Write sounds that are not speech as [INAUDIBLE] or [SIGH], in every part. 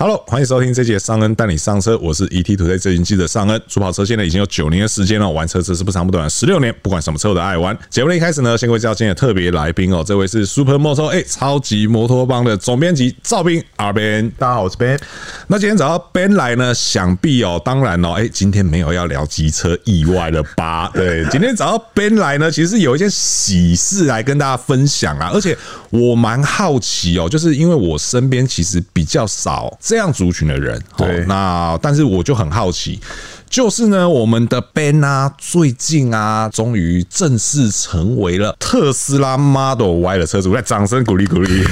Hello，欢迎收听这节尚恩带你上车，我是 E ETtoday 这群记者尚恩。主跑车现在已经有九年的时间了，玩车只是不长不短，十六年，不管什么车我都爱玩。节目的一开始呢，先介绍今天的特别来宾哦，这位是 Super Moto A 超级摩托帮的总编辑赵斌 R Ben。大家好，我是 Ben。那今天找到 Ben 来呢，想必哦，当然哦，哎、今天没有要聊机车意外了吧？ [LAUGHS] 对，今天找到 Ben 来呢，其实有一件喜事来跟大家分享啊，而且我蛮好奇哦，就是因为我身边其实比较少这样族群的人，哦对那但是我就很好奇。就是呢，我们的 Ben 啊，最近啊，终于正式成为了特斯拉 Model Y 的车主，来掌声鼓励鼓励。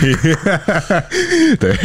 [LAUGHS] 对，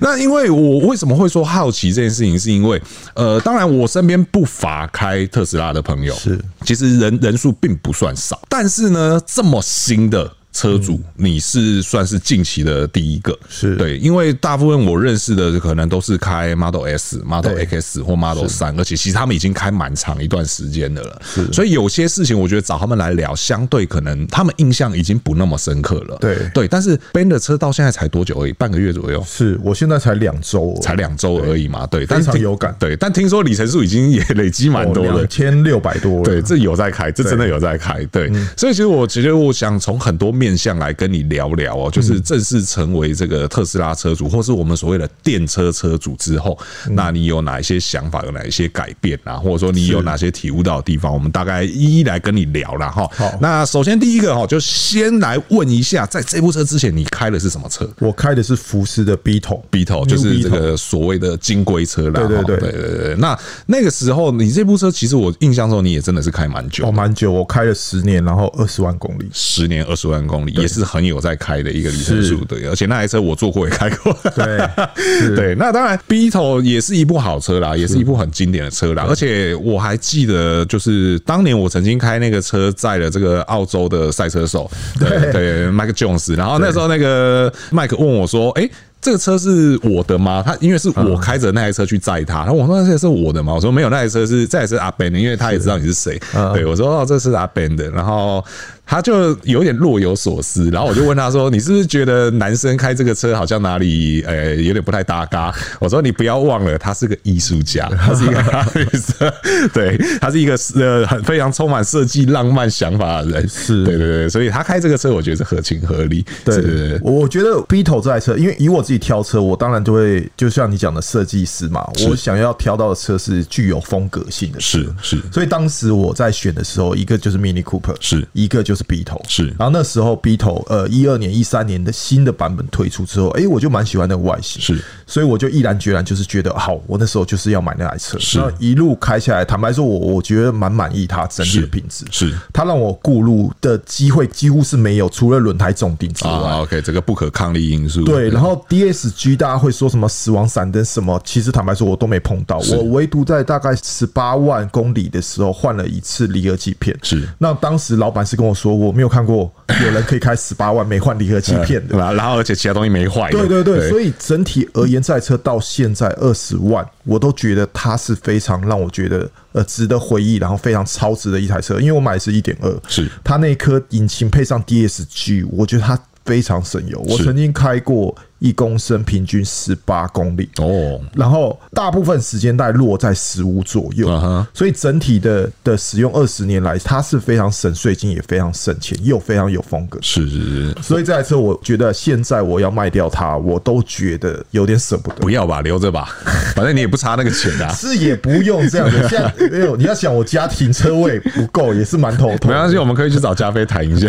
那因为我为什么会说好奇这件事情，是因为呃，当然我身边不乏开特斯拉的朋友，是其实人人数并不算少，但是呢，这么新的。车主，你是算是近期的第一个，嗯是对，因为大部分我认识的可能都是开 Model S、Model 对 X 或 Model 三，而且其实他们已经开蛮长一段时间的了，所以有些事情我觉得找他们来聊，相对可能他们印象已经不那么深刻了，对对。但是 Ben 的车到现在才多久而已，半个月左右，是我现在才两周哦，才两周而已嘛，对，但非常听有感对，但听说里程数已经也累积蛮多了哦两。千六百多了。对，这有在开，这真的有在开。对，嗯所以其实我觉得我想从很多面向来跟你聊聊嗯哦，就是正式成为这个特斯拉车主，或是我们所谓的电车车主之后，嗯那你有哪一些想法，有哪一些改变啊，或者说你有哪些体悟到的地方，我们大概一一来跟你聊啦。哈好。那首先第一个哈，就先来问一下，在这部车之前你开的是什么车？我开的是福斯的 B 头 B 头 New 就是这 Beetle 个所谓的金龟车啦。对对哈对对对对。那那个时候，你这部车其实我印象中你也真的是开蛮久哦，蛮久，我开了十年，然后二十万公里。十年二十万公里，也是很有在开的一个里程数是对，而且那台车我坐过也开过。对， [LAUGHS] 对，那当然，Beetle 也是一部好车啦，也是一部很经典的车啦。而且我还记得，就是当年我曾经开那个车载了这个澳洲的赛车手，对对，Mike Jones。然后那时候那个 Mike 问我说：“诶，这个车是我的吗？”他因为是我开着那台车去载他，然后我说：“那台车是我的吗？”我说：“没有，那台车是这台车是阿 Ben 的，因为他也知道你是谁。”对，我说：“哦，这是阿 Ben 的。”然后他就有点若有所思，然后我就问他说：“你是不是觉得男生开这个车好像哪里呃、有点不太搭嘎？”我说：“你不要忘了，他是个艺术 [LAUGHS] 家，他是一个咖啡色，对，他是一个呃很非常充满设计浪漫想法的人，是对对对，所以他开这个车，我觉得是合情合理，是对对对，我觉得 B 头这台车，因为以我自己挑车，我当然就会就像你讲的设计师嘛，我想要挑到的车是具有风格性的车。是是所以当时我在选的时候，一个就是 Mini Cooper，是一个就是 B 头，是然后那时候 B 头，呃，一二年、一三年的新的版本推出之后，诶，我就蛮喜欢那个外形，是，所以我就毅然决然就是觉得，好，我那时候就是要买那台车，是然后一路开下来，坦白说我，我觉得蛮满意它整体的品质，是它让我过路的机会几乎是没有，除了轮胎重定之外。啊，OK，这个不可抗力因素，对，然后 DSG 大家会说什么死亡闪灯什么，其实坦白说我都没碰到，我唯独在大概十八万公里的时候换了一次离合器片。是那当时老板是跟我说，我没有看过有人可以开十八万没换离合器哎片的。呃然后然后而且其他东西没坏的，对对对，所以以整体而言，这台车到现在二十万，我都觉得它是非常让我觉得呃值得回忆，然后非常超值的一台车。因为我买的是一点二，是它那一颗引擎配上 DSG，我觉得它非常省油。我是曾经开过一公升，平均十八公里。哦，然后大部分时间带落在十五左右啊哈所以整体的的使用二十年来，它是非常省税金，也非常省钱，又非常有风格。是是是。所以这台车，我觉得现在我要卖掉它，我都觉得有点舍不得不。要吧，留着 [LAUGHS] 吧，反正你也不差那个钱啊。是也不用这样的，现在没有你要想，我家停车位不够，也是蛮头痛没关的。系，我们可以去找加菲谈 [LAUGHS] 一下。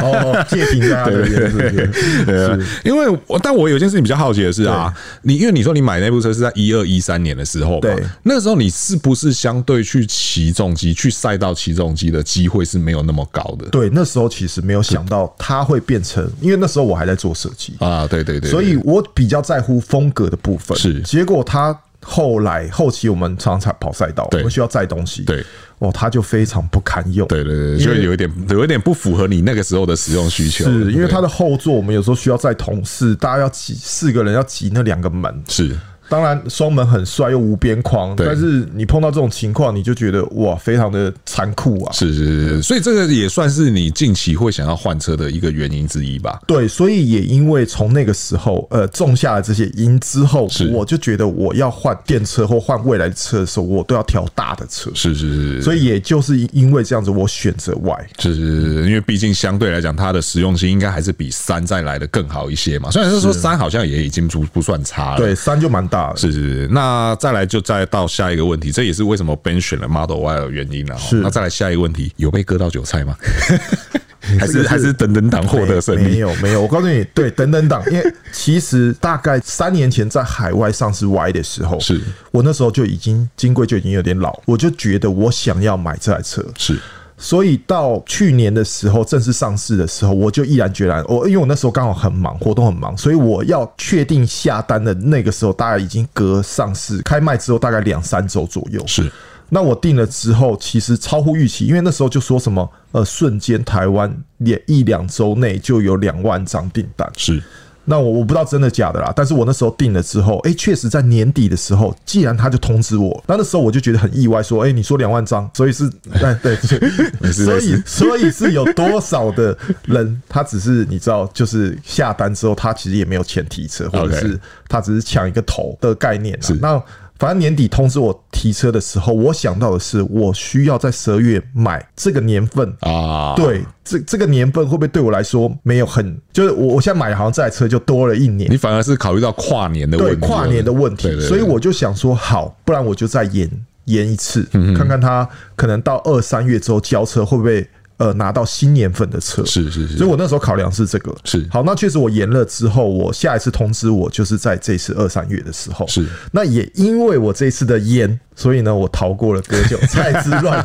哦，借停在他这边是不是？对啊，因为我但我有件事情比较好奇的是啊，你因为你说你买那部车是在一二一三年的时候嘛，对那个时候你是不是相对去骑重机、去赛道骑重机的机会是没有那么高的？对，那时候其实没有想到它会变成，因为那时候我还在做设计，啊，对对对，所以我比较在乎风格的部分。是结果他后来后期我们常常跑赛道，对我们需要载东西，对，哦，他就非常不堪用，对对对，因就为有一点有一点不符合你那个时候的使用需求，是因为对它的后座，我们有时候需要载同事，大家要挤四个人要挤那两个门，是当然双门很帅又无边框，对但是你碰到这种情况，你就觉得哇，非常的残酷啊。是是是是，所以这个也算是你近期会想要换车的一个原因之一吧。对，所以也因为从那个时候，呃，种下了这些因之后是，我就觉得我要换电车或换未来车的时候，我都要挑大的车。是是是，哎所以也就是因为这样子，我选择 Y。是是是是，因为毕竟相对来讲，它的实用性应该还是比三再来的更好一些嘛。虽然是说三好像也已经不不算差了。对，三就蛮大的。是是是，那再来就再到下一个问题，这也是为什么 Ben 选了 Model Y 的原因了、啊。是那再来下一个问题，有被割到韭菜 [LAUGHS] 吗？还这是个是还是等等党获得胜没没利？有没有，我告诉你，对，等等党，因为其实大概三年前在海外上市 Y 的时候，是我那时候就已经金龟就已经有点老，我就觉得我想要买这台车，是所以到去年的时候正式上市的时候，我就毅然决然，哦我因为我那时候刚好很忙，活动很忙，所以我要确定下单的那个时候，大概已经隔上市开卖之后大概两三周左右，是那我定了之后，其实超乎预期，因为那时候就说什么呃，瞬间台湾也一两周内就有两万张订单。是那我我不知道真的假的啦，但是我那时候定了之后，诶，确实在年底的时候，既然他就通知我，那那时候我就觉得很意外，说，诶，你说两万张，所以是，哎，对，没事所没以事所以是有多少的人，他只是你知道，就是下单之后，他其实也没有钱提车，或者 OK 是他只是抢一个头的概念啦。那反正年底通知我提车的时候，我想到的是，我需要在十二月买这个年份啊，对，这这个年份会不会对我来说没有很，就是我我现在买好像这台车就多了一年你，反而是考虑到跨年的问对题了，跨年的问对题，对对所以我就想说，好，不然我就再延延一次，嗯看看他可能到二三月之后交车会不会呃拿到新年份的车。是是是所以我那时候考量是这个，是好，那确实我延了之后，我下一次通知我就是在这次二三月的时候，是，那也因为我这一次的延，所以呢，我逃过了割韭菜之乱，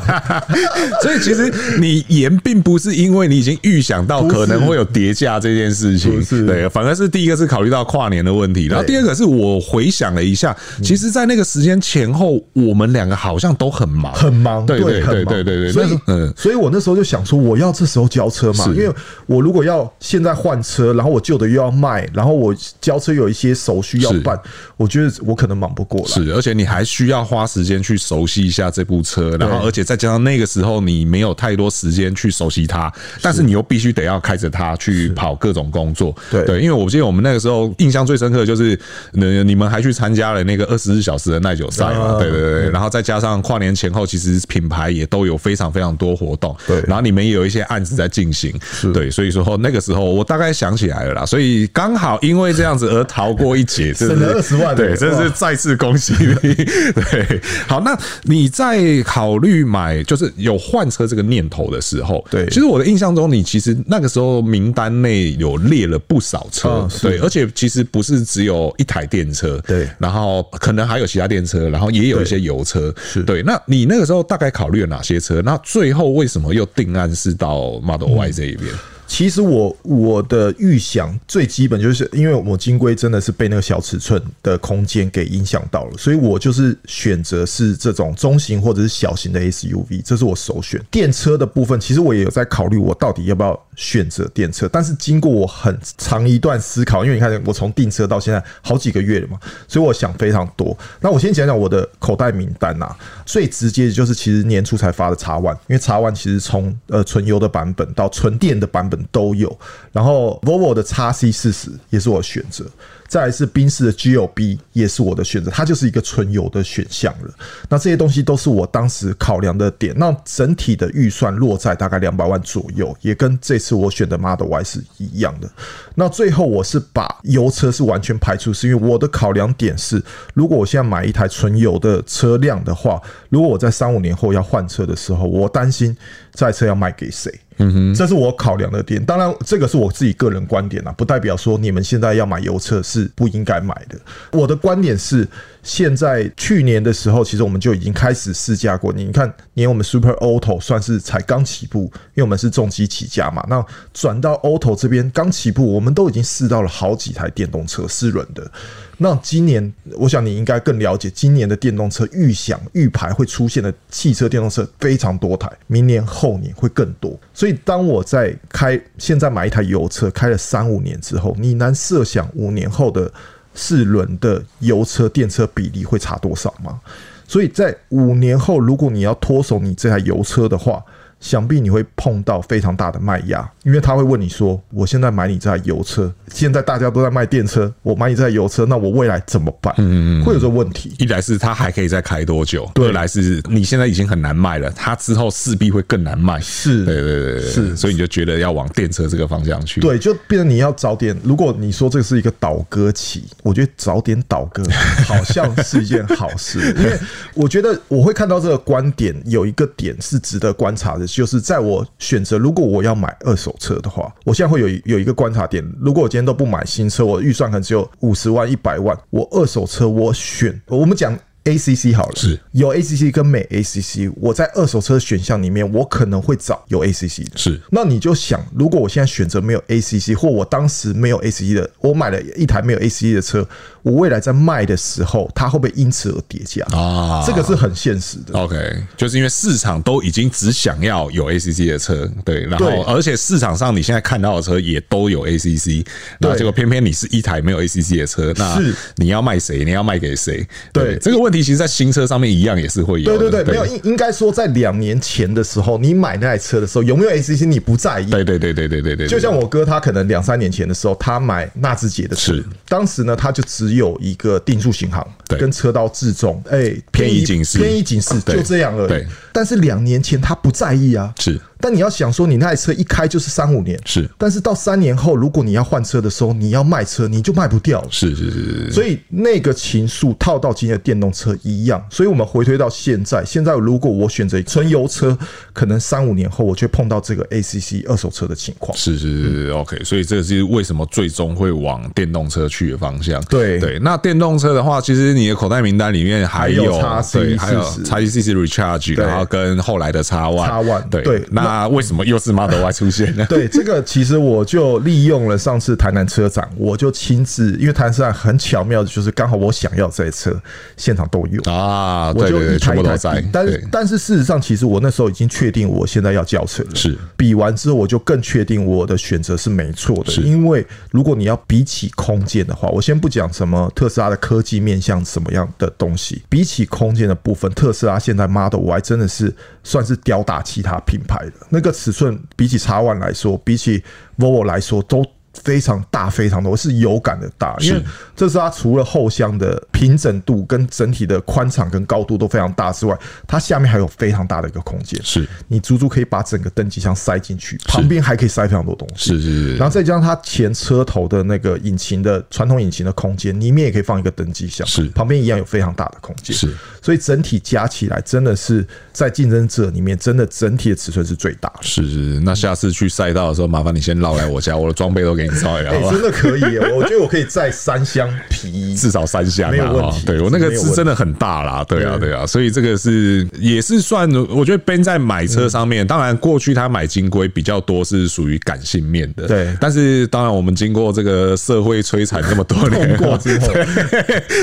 [LAUGHS] 所以其实你延并不是因为你已经预想到可能会有叠价这件事情不，是对，反而是第一个是考虑到跨年的问题，然后第二个是我回想了一下，其实，在那个时间前后，我们两个好像都很忙，很忙，对对很对忙对对对，所那时以候嗯，所以我那时候就想说，我要这时候交车嘛，是因为我如果要现在换车，然后我旧的又要卖，然后我交车有一些手续要是办，我觉得我可能忙不过来。是，而且你还需要花时间去熟悉一下这部车，然后对而且再加上那个时候你没有太多时间去熟悉它，但是你又必须得要开着它去跑各种工作。对因为我记得我们那个时候印象最深刻的就是，呃，你们还去参加了那个二十四小时的耐久赛嘛？啊对对对，然后再加上跨年前后，其实品牌也都有非常非常多活动，对然后你们也有一些案子在进行，对，所以说那个时候我大概想起来了啦，所以刚好因为这样子而逃过一 [LAUGHS] 劫，真的省了是20万对，哇真的是再次恭喜你。 [LAUGHS] 对，好，那你在考虑买就是有换车这个念头的时候，对其实我的印象中，你其实那个时候名单内有列了不少车嗯，是对，而且其实不是只有一台电车，对然后可能还有其他电车，然后也有一些油车，对。那你那个时候大概考虑了哪些车？那最后为什么又定案是到 Model Y 这一边？其实我我的预想最基本就是，因为我金龟真的是被那个小尺寸的空间给影响到了，所以我就是选择是这种中型或者是小型的 SUV，这是我首选。电车的部分，其实我也有在考虑，我到底要不要选择电车。但是经过我很长一段思考，因为你看我从订车到现在好几个月了嘛，所以我想非常多。那我先讲讲我的口袋名单啊，最直接的就是其实年初才发的叉 One，因为叉 One 其实从呃纯油的版本到纯电的版本都有，然后 Volvo 的叉 C 四十也是我的选择。再来是宾士的 GLB 也是我的选择，它就是一个纯油的选项了。那这些东西都是我当时考量的点，那整体的预算落在大概两百万左右，也跟这次我选的 Model Y 是一样的。那最后我是把油车是完全排除，是因为我的考量点是，如果我现在买一台纯油的车辆的话，如果我在三五年后要换车的时候，我担心这台车要卖给谁。嗯哼，这是我考量的点。当然，这个是我自己个人观点啦，啊不代表说你们现在要买油车是不应该买的。我的观点是，现在去年的时候，其实我们就已经开始试驾过。你看，连我们 Super Auto 算是才刚起步，因为我们是重机起家嘛。那转到 Auto 这边刚起步，我们都已经试到了好几台电动车四轮的。那今年，我想你应该更了解，今年的电动车预想预排会出现的汽车电动车非常多台，明年后年会更多。所以，当我在开现在买一台油车，开了三五年之后，你难设想五年后的四轮的油车电车比例会差多少吗？所以在五年后，如果你要脱手你这台油车的话，想必你会碰到非常大的卖压，因为他会问你说：“我现在买你这台油车，现在大家都在卖电车，我买你这台油车，那我未来怎么办？”嗯，会有这个问题。一来是它还可以再开多久，二来是你现在已经很难卖了，它之后势必会更难卖。是，对对对对，是所以你就觉得要往电车这个方向去。对，就变成你要早点。如果你说这是一个倒戈期，我觉得早点倒戈好像是一件好 [LAUGHS] 事，因为我觉得我会看到这个观点有一个点是值得观察的，就是在我选择如果我要买二手车的话，我现在会有一有一个观察点。如果我今天都不买新车，我预算可能只有五十万、一百万，我二手车我选，我们讲 ACC 好了，是有 ACC 跟没 ACC，我在二手车选项里面，我可能会找有 ACC 的。是那你就想，如果我现在选择没有 ACC，或我当时没有 ACC 的，我买了一台没有 ACC 的车，我未来在卖的时候，它会不会因此而跌价？啊，这个是很现实的。 OK，就是因为市场都已经只想要有 ACC 的车，对，然对后而且市场上你现在看到的车也都有 ACC，那对结果偏偏你是一台没有 ACC 的车，那是你要卖谁？你要卖给谁？对这个问题其实，在新车上面一样也是会有对的，对对，没有应应该说，在两年前的时候，你买那台车的时候，有没有 ACC 你不在意，对对对对对对对，就像我哥，他可能两三年前的时候，他买纳智捷的车是，当时呢，他就只有一个定速巡航，对跟车道自重，哎、偏移警示偏移警示，对就这样而已对。但是两年前他不在意啊，是但你要想说，你那台车一开就是三五年，是但是到三年后，如果你要换车的时候，你要卖车，你就卖不掉了。是是是是，所以那个情愫套到今天的电动车一样，所以我们回推到现在，现在如果我选择纯油车，可能三五年后我就会碰到这个 ACC 二手车的情况。是是是是，OK，所以这是为什么最终会往电动车去的方向。对对，那电动车的话，其实你的口袋名单里面还还有有 XC 对，还有40 x C 四 Recharge，对然后跟后来的 X One X1 对对那为什么又是 Model Y 出现呢？对，这个其实我就利用了上次台南车展，我就亲自，因为台南车展很巧妙的就是刚好我想要这台车，现场都有。啊，我对就对一对，全台一部台都比在，但对是但是事实上，其实我那时候已经确定我现在要轿车了。是比完之后，我就更确定我的选择是没错的。是因为如果你要比起空间的话，我先不讲什么特斯拉的科技面向什么样的东西，比起空间的部分，特斯拉现在 Model Y 真的是算是吊打其他品牌的那个尺寸，比起 X One 来说，比起 Volvo 来说都。非常大，非常多，是有感的大，因为是这是它除了后箱的平整度跟整体的宽敞跟高度都非常大之外，它下面还有非常大的一个空间，是你足足可以把整个登机箱塞进去，旁边还可以塞非常多东西。是是然是后再加上它前车头的那个引擎的传统引擎的空间，里面也可以放一个登机箱，是旁边一样有非常大的空间，是。所以整体加起来真的是在竞争者里面，真的整体的尺寸是最大的。是是，那下次去赛道的时候，麻烦你先绕来我家，我的装备都给你烧一下，哎、好吧？真的可以 [LAUGHS] 耶、我觉得我可以再三箱皮衣。至少三箱没有啦，问哈题对我那个没有字问真的很大啦，对啊，对对啊，所以这个是也是算，我觉得 Ben 在买车上面，当然过去他买金龟比较多是属于感性面的，对但是当然我们经过这个社会摧残这么多年，过 [LAUGHS] 之后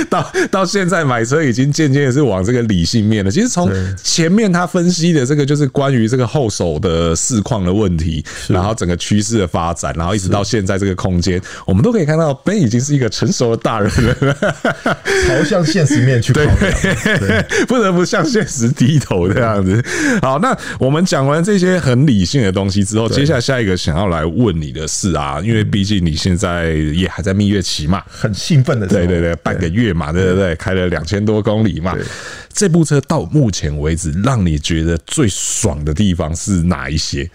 到到现在买车已经渐渐地是往这个理性面了。其实从对前面他分析的这个就是关于这个后手的市况的问题，然后整个趋势的发展，然后一直到现在这个空间，我们都可以看到 Ben 已经是一个成熟的大人了。 [LAUGHS] 朝向现实面去考量。不得不向现实低头这样子。好，那我们讲完这些很理性的东西之后，接下来下一个想要来问你的是啊，因为毕竟你现在也还在蜜月期嘛，很兴奋的时候，对哦对嗯对，半个月嘛，对对对，开了两千多公里嘛。这部车到目前为止，让你觉得最爽的地方是哪一些？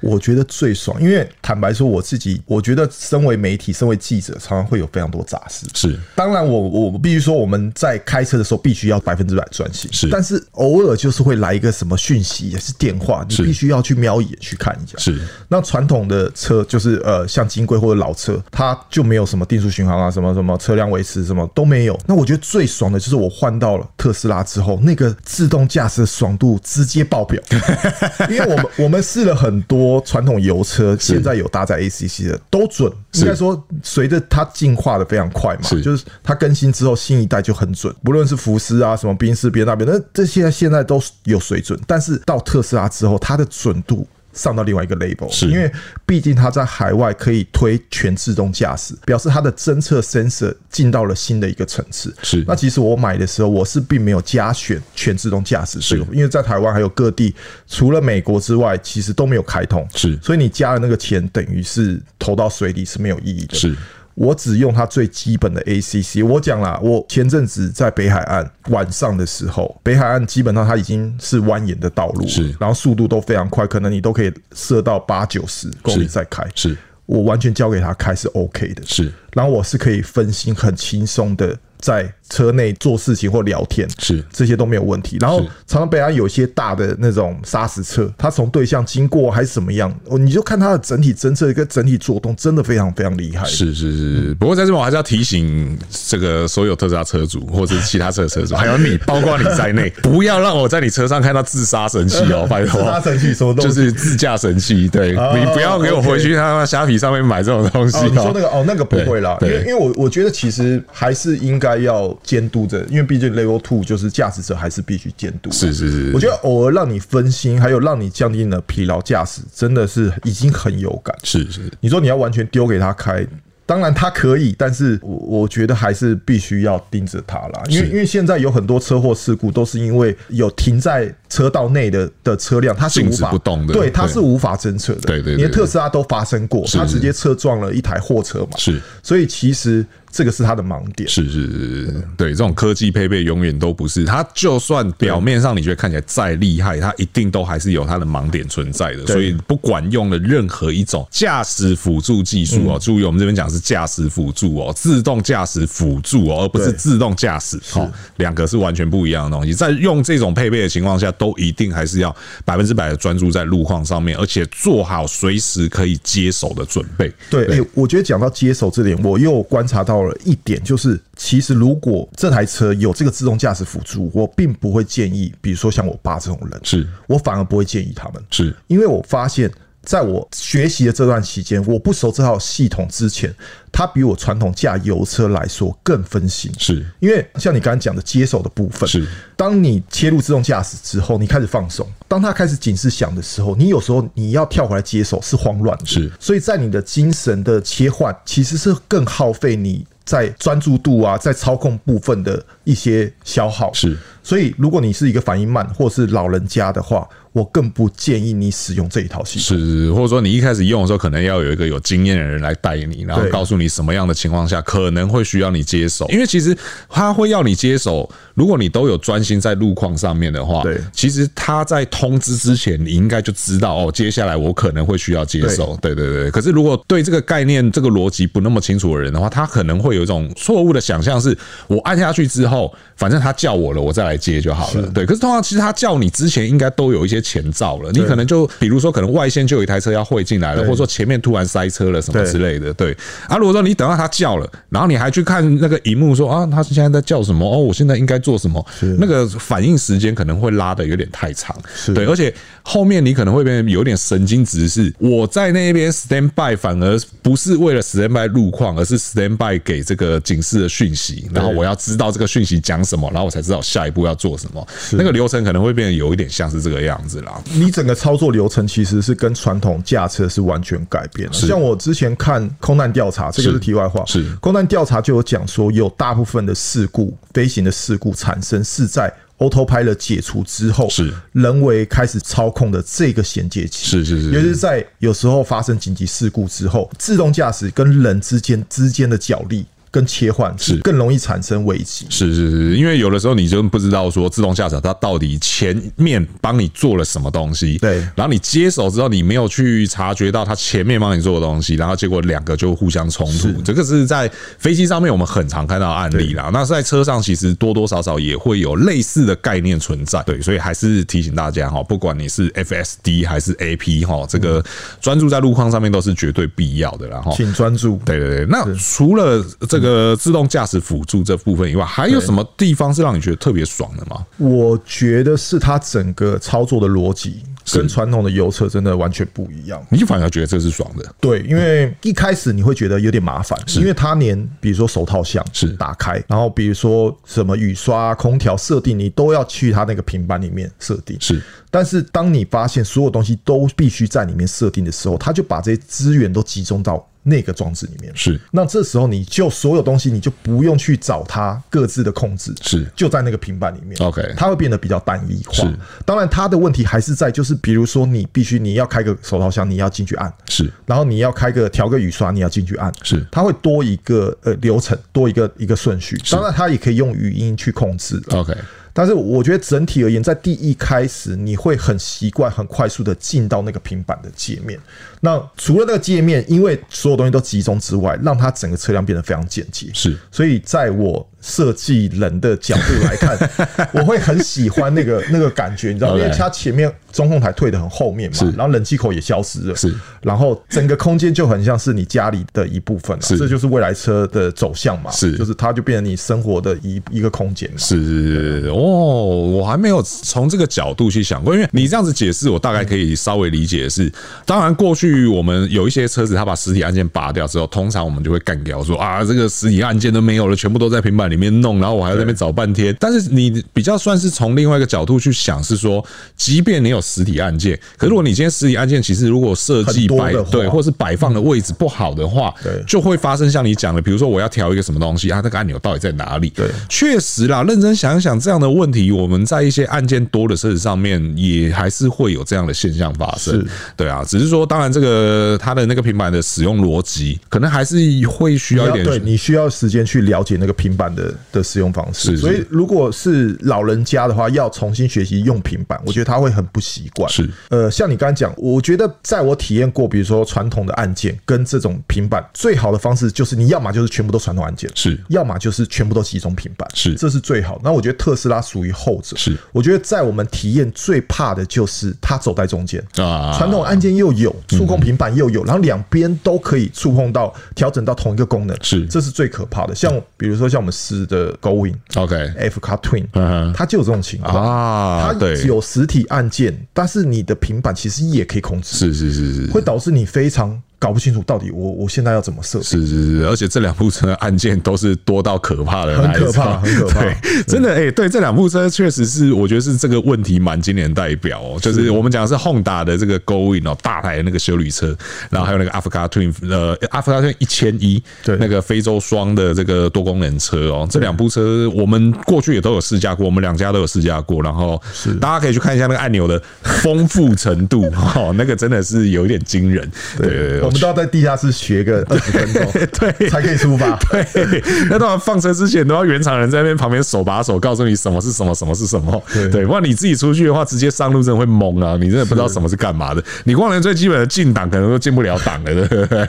我觉得最爽，因为坦白说我自己，我觉得身为媒体、身为记者，常常会有非常多杂事。是当然我，我我必须说，我们在开车的时候必须要百分之百专心。是但是偶尔就是会来一个什么讯息，也是电话，你是必须要去瞄一眼去看一下。是那传统的车就是呃，像金龟或者老车，它就没有什么定速巡航啊，什么什么车辆维持什么都没有。那我觉得最爽的就是我换到了特斯拉之后，那个自动驾驶的爽度直接爆表。 [LAUGHS] 因为我们我们试了很多传统油车，现在有搭载 ACC 的都准，应该说随着它进化的非常快嘛，是就是它更新之后新一代就很准，不论是福斯啊什么宾士、别那边，那这些现在都有水准，但是到特斯拉之后，它的准度。上到另外一个 label，是因为毕竟它在海外可以推全自动驾驶，表示它的侦测 sensor 进到了新的一个层次。是那其实我买的时候，我是并没有加选全自动驾驶这个是，因为在台湾还有各地，除了美国之外，其实都没有开通，是所以你加了那个钱，等于是投到水里是没有意义的。是我只用它最基本的 ACC。我讲啦，我前阵子在北海岸晚上的时候，北海岸基本上它已经是蜿蜒的道路，是然后速度都非常快，可能你都可以射到八九十公里是再开。是我完全交给他开是 OK 的，是然后我是可以分心很轻松的在车内做事情或聊天，是这些都没有问题。然后是常常北安有一些大的那种砂石车，它从对象经过还是怎么样，哦，你就看它的整体侦测跟整体做动，真的非常非常厉害。是是是，不过在这边我还是要提醒这个所有特斯拉车主或者是其他车的车 [LAUGHS] 主，还有你，包括你在 [LAUGHS] 内，不要让我在你车上看到自杀神器 [LAUGHS] 哦，拜托。自杀神器什么东就西是自驾神器，对哦你不要给我 OK 回去他妈虾皮上面买这种东西哦，你说哦。那个哦，那个不会啦，因对为对因为我我觉得其实还是应该要监督着，因为毕竟 Level Two 就是驾驶者还是必须监督的。是是是，我觉得偶尔让你分心，还有让你降低你的疲劳驾驶，真的是已经很有感。是是你说你要完全丢给他开，当然他可以，但是我我觉得还是必须要盯着他啦，因为是因为现在有很多车祸事故都是因为有停在车道内的的车辆，它是静无止法不动的对，对它是无法侦测的。对对对连对特斯拉都发生过，是它直接车撞了一台货车嘛，是所以其实这个是它的盲点。是是是，是，对，这种科技配备永远都不是，它就算表面上你觉得看起来再厉害，它一定都还是有它的盲点存在的。所以不管用了任何一种驾驶辅助技术嗯哦，注意我们这边讲是驾驶辅助哦，自动驾驶辅助哦，而不是对自动驾驶哦，两个是完全不一样的东西。在用这种配备的情况下，都一定还是要百分之百的专注在路况上面，而且做好随时可以接手的准备。对，哎、我觉得讲到接手这点，我又观察到了一点，就是其实如果这台车有这个自动驾驶辅助，我并不会建议，比如说像我爸这种人，是我反而不会建议他们，是因为我发现，在我学习的这段期间，我不熟这套系统之前，它比我传统驾油车来说更分心。是因为像你刚刚讲的接手的部分，是当你切入自动驾驶之后，你开始放松，当它开始警示响的时候，你有时候你要跳回来接手是慌乱的，是所以在你的精神的切换其实是更耗费你在专注度啊，在操控部分的一些消耗，是。所以，如果你是一个反应慢或是老人家的话，我更不建议你使用这一套系统。是，或者说你一开始用的时候，可能要有一个有经验的人来带你，然后对告诉你什么样的情况下可能会需要你接手，因为其实他会要你接手，如果你都有专心在路况上面的话，对其实他在通知之前，你应该就知道哦，接下来我可能会需要接手，对对对。可是如果对这个概念、这个逻辑不那么清楚的人的话，他可能会有一种错误的想象是，我按下去之后，反正他叫我了，我再来接就好了，对。可是通常其实他叫你之前，应该都有一些前兆了，你可能。就比如说，可能外线就有一台车要汇进来了，对或者说前面突然塞车了什么对之类的，对。啊，如果说你等到他叫了，然后你还去看那个荧幕说啊，他现在在叫什么？哦，我现在应该做什么？那个反应时间可能会拉的有点太长，对。而且后面你可能会变得有点神经质，是我在那边 stand by，反而不是为了 stand by 路况，而是 stand by 给这个警示的讯息，然后我要知道这个讯息讲什么，然后我才知道下一步要做什么。那个流程可能会变得有一点像是这个样子啦，你整个操作流程其实是跟传统驾车是完全改变了。像我之前看空难调查，这个是是题外话。是空难调查就有讲说，有大部分的事故，飞行的事故产生是在 autopilot 解除之后，是人为开始操控的这个衔接期。是是是尤其是在有时候发生紧急事故之后，自动驾驶跟人之间之间的角力跟切换是是哦更容易产生危机。是是是，因为有的时候你就不知道说自动驾驶它到底前面帮你做了什么东西，对然后你接手之后你没有去察觉到它前面帮你做的东西，然后结果两个就互相冲突。这个是在飞机上面我们很常看到的案例啦，那在车上其实多多少少也会有类似的概念存在，对，所以还是提醒大家哈，不管你是 FSD 还是 AP 哈，这个专注在路况上面都是绝对必要的啦哈。请专注。对对对，那除了这个自动驾驶辅助这部分以外，还有什么地方是让你觉得特别爽的吗？我觉得是它整个操作的逻辑跟传统的油车真的完全不一样。你反而觉得这是爽的，对，因为一开始你会觉得有点麻烦，因为它连比如说手套箱是打开，然后比如说什么雨刷啊、空调设定，你都要去它那个平板里面设定。是但是当你发现所有东西都必须在里面设定的时候，它就把这些资源都集中到那个装置里面。是那这时候你就所有东西你就不用去找它各自的控制，是就在那个平板里面。 OK 它会变得比较单一化是。当然，它的问题还是在就是，比如说你必须你要开个手套箱，你要进去按，是然后你要开个调个雨刷，你要进去按，是它会多一个呃流程，多一个一个顺序。当然，它也可以用语音去控制啦。 OK，但是我觉得整体而言，在第一开始你会很习惯、很快速的进到那个平板的界面。那除了那个界面，因为所有东西都集中之外，让它整个车辆变得非常简洁。是所以在我设计人的角度来看，我会很喜欢 [LAUGHS] 那个那个感觉，你知道，因 OK 为它前面中控台退得很后面嘛，然后冷气口也消失了，是，然后整个空间就很像是你家里的一部分了，是这就是未来车的走向嘛，是就是它就变成你生活的一一个空间嘛，是是是哦，我还没有从这个角度去想过，因为你这样子解释，我大概可以稍微理解的是，当然过去我们有一些车子，它把实体按键拔掉之后，通常我们就会干掉说啊，这个实体按键都没有了，全部都在平板里面弄，然后我还要在那边找半天。但是你比较算是从另外一个角度去想，是说，即便你有实体按键，可如果你今天实体按键其实如果设计很多摆的话对，或是摆放的位置不好的话，对就会发生像你讲的，比如说我要调一个什么东西啊，那个按钮到底在哪里？对确实啦，认真想一想这样的问题，我们在一些案件多的车子上面，也还是会有这样的现象发生是。对啊，只是说，当然这个它的那个平板的使用逻辑，可能还是会需要一点对你需要时间去了解那个平板的的使用方式。是是所以如果是老人家的话，要重新学习用平板，我觉得他会很不习惯。是，呃，像你刚才讲，我觉得在我体验过，比如说传统的按键跟这种平板，最好的方式就是你要么就是全部都传统按键，是要么就是全部都集中平板，是这是最好。那我觉得特斯拉属于后者。是，我觉得在我们体验最怕的就是它走在中间。啊，嗯传统按键又有，触控平板又有，然后两边都可以触碰到，调整到同一个功能，是嗯这是最可怕的。像比如说像我们试的 Going OK F Car Twin，嗯哼它就有这种情况。啊，它对，有实体按键，但是你的平板其实也可以控制，是是是是。会导致你非常搞不清楚到底我我现在要怎么设定。是是是，而且这两部车的案件都是多到可怕的那一种，[LAUGHS] 很可怕很可怕对，真的哎、对，这两部车确实是，我觉得是这个问题蛮经典的代表哦。就是我们讲的是 Honda 的这个 Going 哦，大台的那个修理车，然后还有那个 Africa Twin 呃 Africa Twin 一千一，对那个非洲双的这个多功能车哦，这两部车我们过去也都有试驾过，我们两家都有试驾过，然后大家可以去看一下那个按钮的丰富程度 [LAUGHS] 哦，那个真的是有一点惊人。对对对，我们都要在地下室学个二十分钟，对才可以出发。 [LAUGHS] 对，那当然放车之前都要原厂人在那边旁边手把手告诉你什么是什么，什么是什么。对对，不然你自己出去的话，直接上路真的会懵啊！你真的不知道什么是干嘛的。你光连最基本的进档可能都进不了档了，对不 [LAUGHS] 对？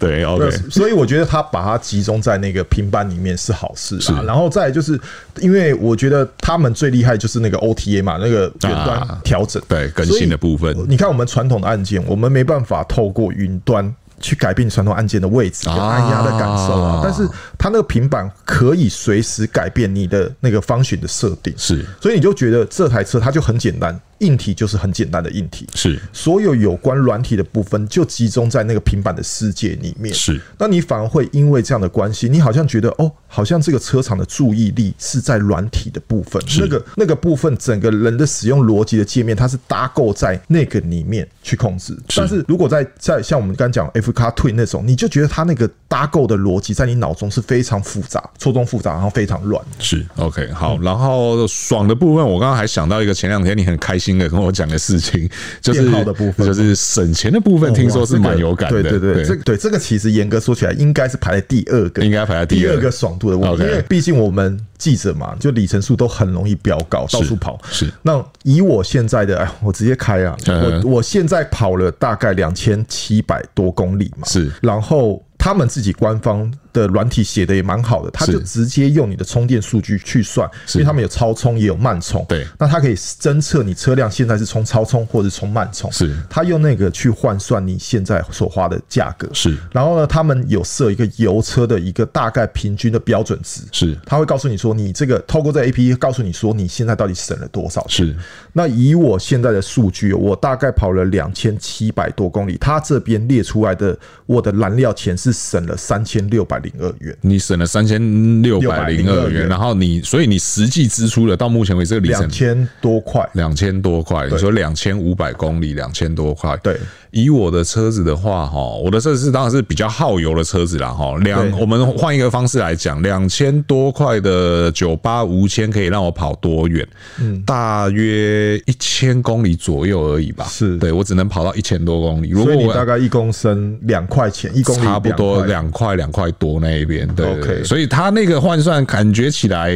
对，OK，呃所以我觉得他把它集中在那个平板里面是好事是啊。然后再来就是，因为我觉得他们最厉害就是那个 OTA 嘛，那个远啊端调整、对更新的部分所以呃你看我们传统的按键，我们没办法透过云端。去改变传统按键的位置跟按压的感受啊啊，但是它那个平板可以随时改变你的那个方选的设定，是所以你就觉得这台车它就很简单，硬体就是很简单的硬体，是所有有关软体的部分就集中在那个平板的世界里面。是，那你反而会因为这样的关系，你好像觉得哦，好像这个车厂的注意力是在软体的部分，那个那个部分整个人的使用逻辑的界面，它是搭构在那个里面去控制。但是如果在在像我们刚讲 F Car Twin 那种，你就觉得它那个搭构的逻辑在你脑中是非常复杂、错综复杂，然后非常乱。是 OK 嗯好，然后爽的部分，我刚刚还想到一个前两天你很开心的跟我讲的事情，就是电耗的部分就是省钱的部分，听说是蛮有感的。哦对对对，这对这个其实严格说起来，应该是排在第二个，应该排在啊第二二个爽度的问题， OK 因为毕竟我们记者嘛，就里程数都很容易飙高，到处跑。是那以我现在的，哎，我直接开啊，嗯我我现在跑了大概两千七百多公里嘛，是然后。他们自己官方的软体写的也蛮好的，它就是直接用你的充电数据去算，因为他们有超充也有慢充，对那它可以侦测你车辆现在是充超充或者充慢充，是它用那个去换算你现在所花的价格，是然后呢，他们有设一个油车的一个大概平均的标准值，是他会告诉你说，你这个透过这 A P P 告诉你说，你现在到底省了多少钱。是那以我现在的数据，我大概跑了两千七百多公里，它这边列出来的我的燃料钱是省了三千六百零二元，你省了三千六百零二602元，元然后你所以你实际支出了到目前为止这个里两程千多块。两千多块，你说两千五百公里，两千多块。对，以我的车子的话，哈，我的车子是当然是比较耗油的车子啦，哈。两，对我们换一个方式来讲，两千多块的九八无铅可以让我跑多远？嗯，大约一千公里左右而已吧。是对我只能跑到一千多公里。如所果以你我大概一公升两块钱，一公里差不多2块两块两块多那一边，对对 OK 对所以他那个换算感觉起来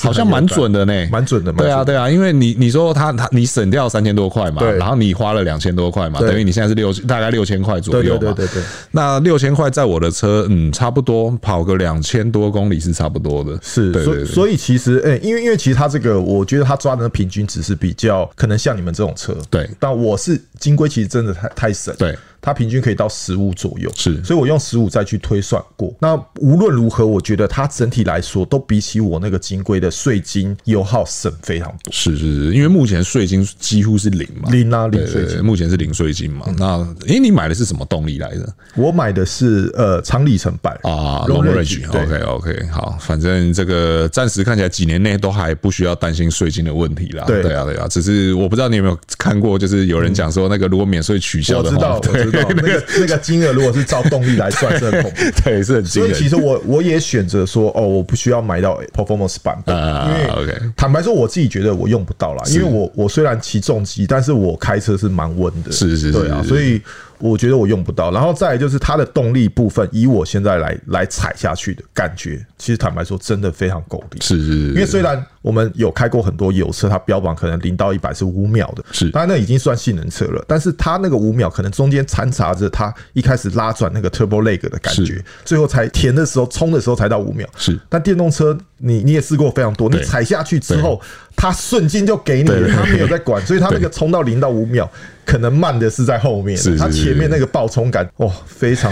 好像蛮准的呢，蛮准的蛮对啊，准对啊，因为你你说他他你省掉三千多块嘛，对然后你花了两千多块嘛，对等于你现在是六大概六千块左对右对嘛，对对对，那六千块在我的车，嗯，差不多跑个两千多公里是差不多的，是，对所对对。所以其实，诶、因为因为其实它这个，我觉得它抓的平均值是比较可能像你们这种车，对但我是金龟，其实真的太太省，对，它平均可以到十五左右，是所以我用十五再去推算过。那无论如何，我觉得它整体来说都比起我那个金龟的税金油耗省非常多，是是是，因为目前税金几乎是零嘛，零啊零对税对金对，。目前是零税金嘛。那诶，你买的是什么动力来着？我买的是呃长里程版啊 Long ，long range，对 range，OK OK，好，反正这个暂时看起来几年内都还不需要担心税金的问题啦。对嗯对啊，对啊，只是我不知道你有没有看过，就是有人讲说那个如果免税取消我的知话 [LAUGHS] 道，，我知道那个那个金额，如果是照动力来算，是很恐怖。对是很惊所以其人。实我我也选择说，哦，我不需要买到 performance 版本，啊因为 OK 坦白说，我自己觉得我用不到啦，因为我我虽然骑重机，但是我开车是蛮温的，是是是对啊，是所以我觉得我用不到。然后再来就是它的动力部分，以我现在来来踩下去的感觉，其实坦白说，真的非常够力。是是因为是，虽然我们有开过很多油车，它标榜可能零到一百是五秒的，是当然那已经算性能车了，但是它那个五秒可能中间掺杂着它一开始拉转那个 turbo leg 的感觉是，最后才填的时候冲的时候才到五秒，是但电动车你你也试过非常多，你对踩下去之后，它瞬间就给你了，它没有在管，所以它那个冲到零到五秒。可能慢的是在后面是，是它前面那个爆冲感，哇，非常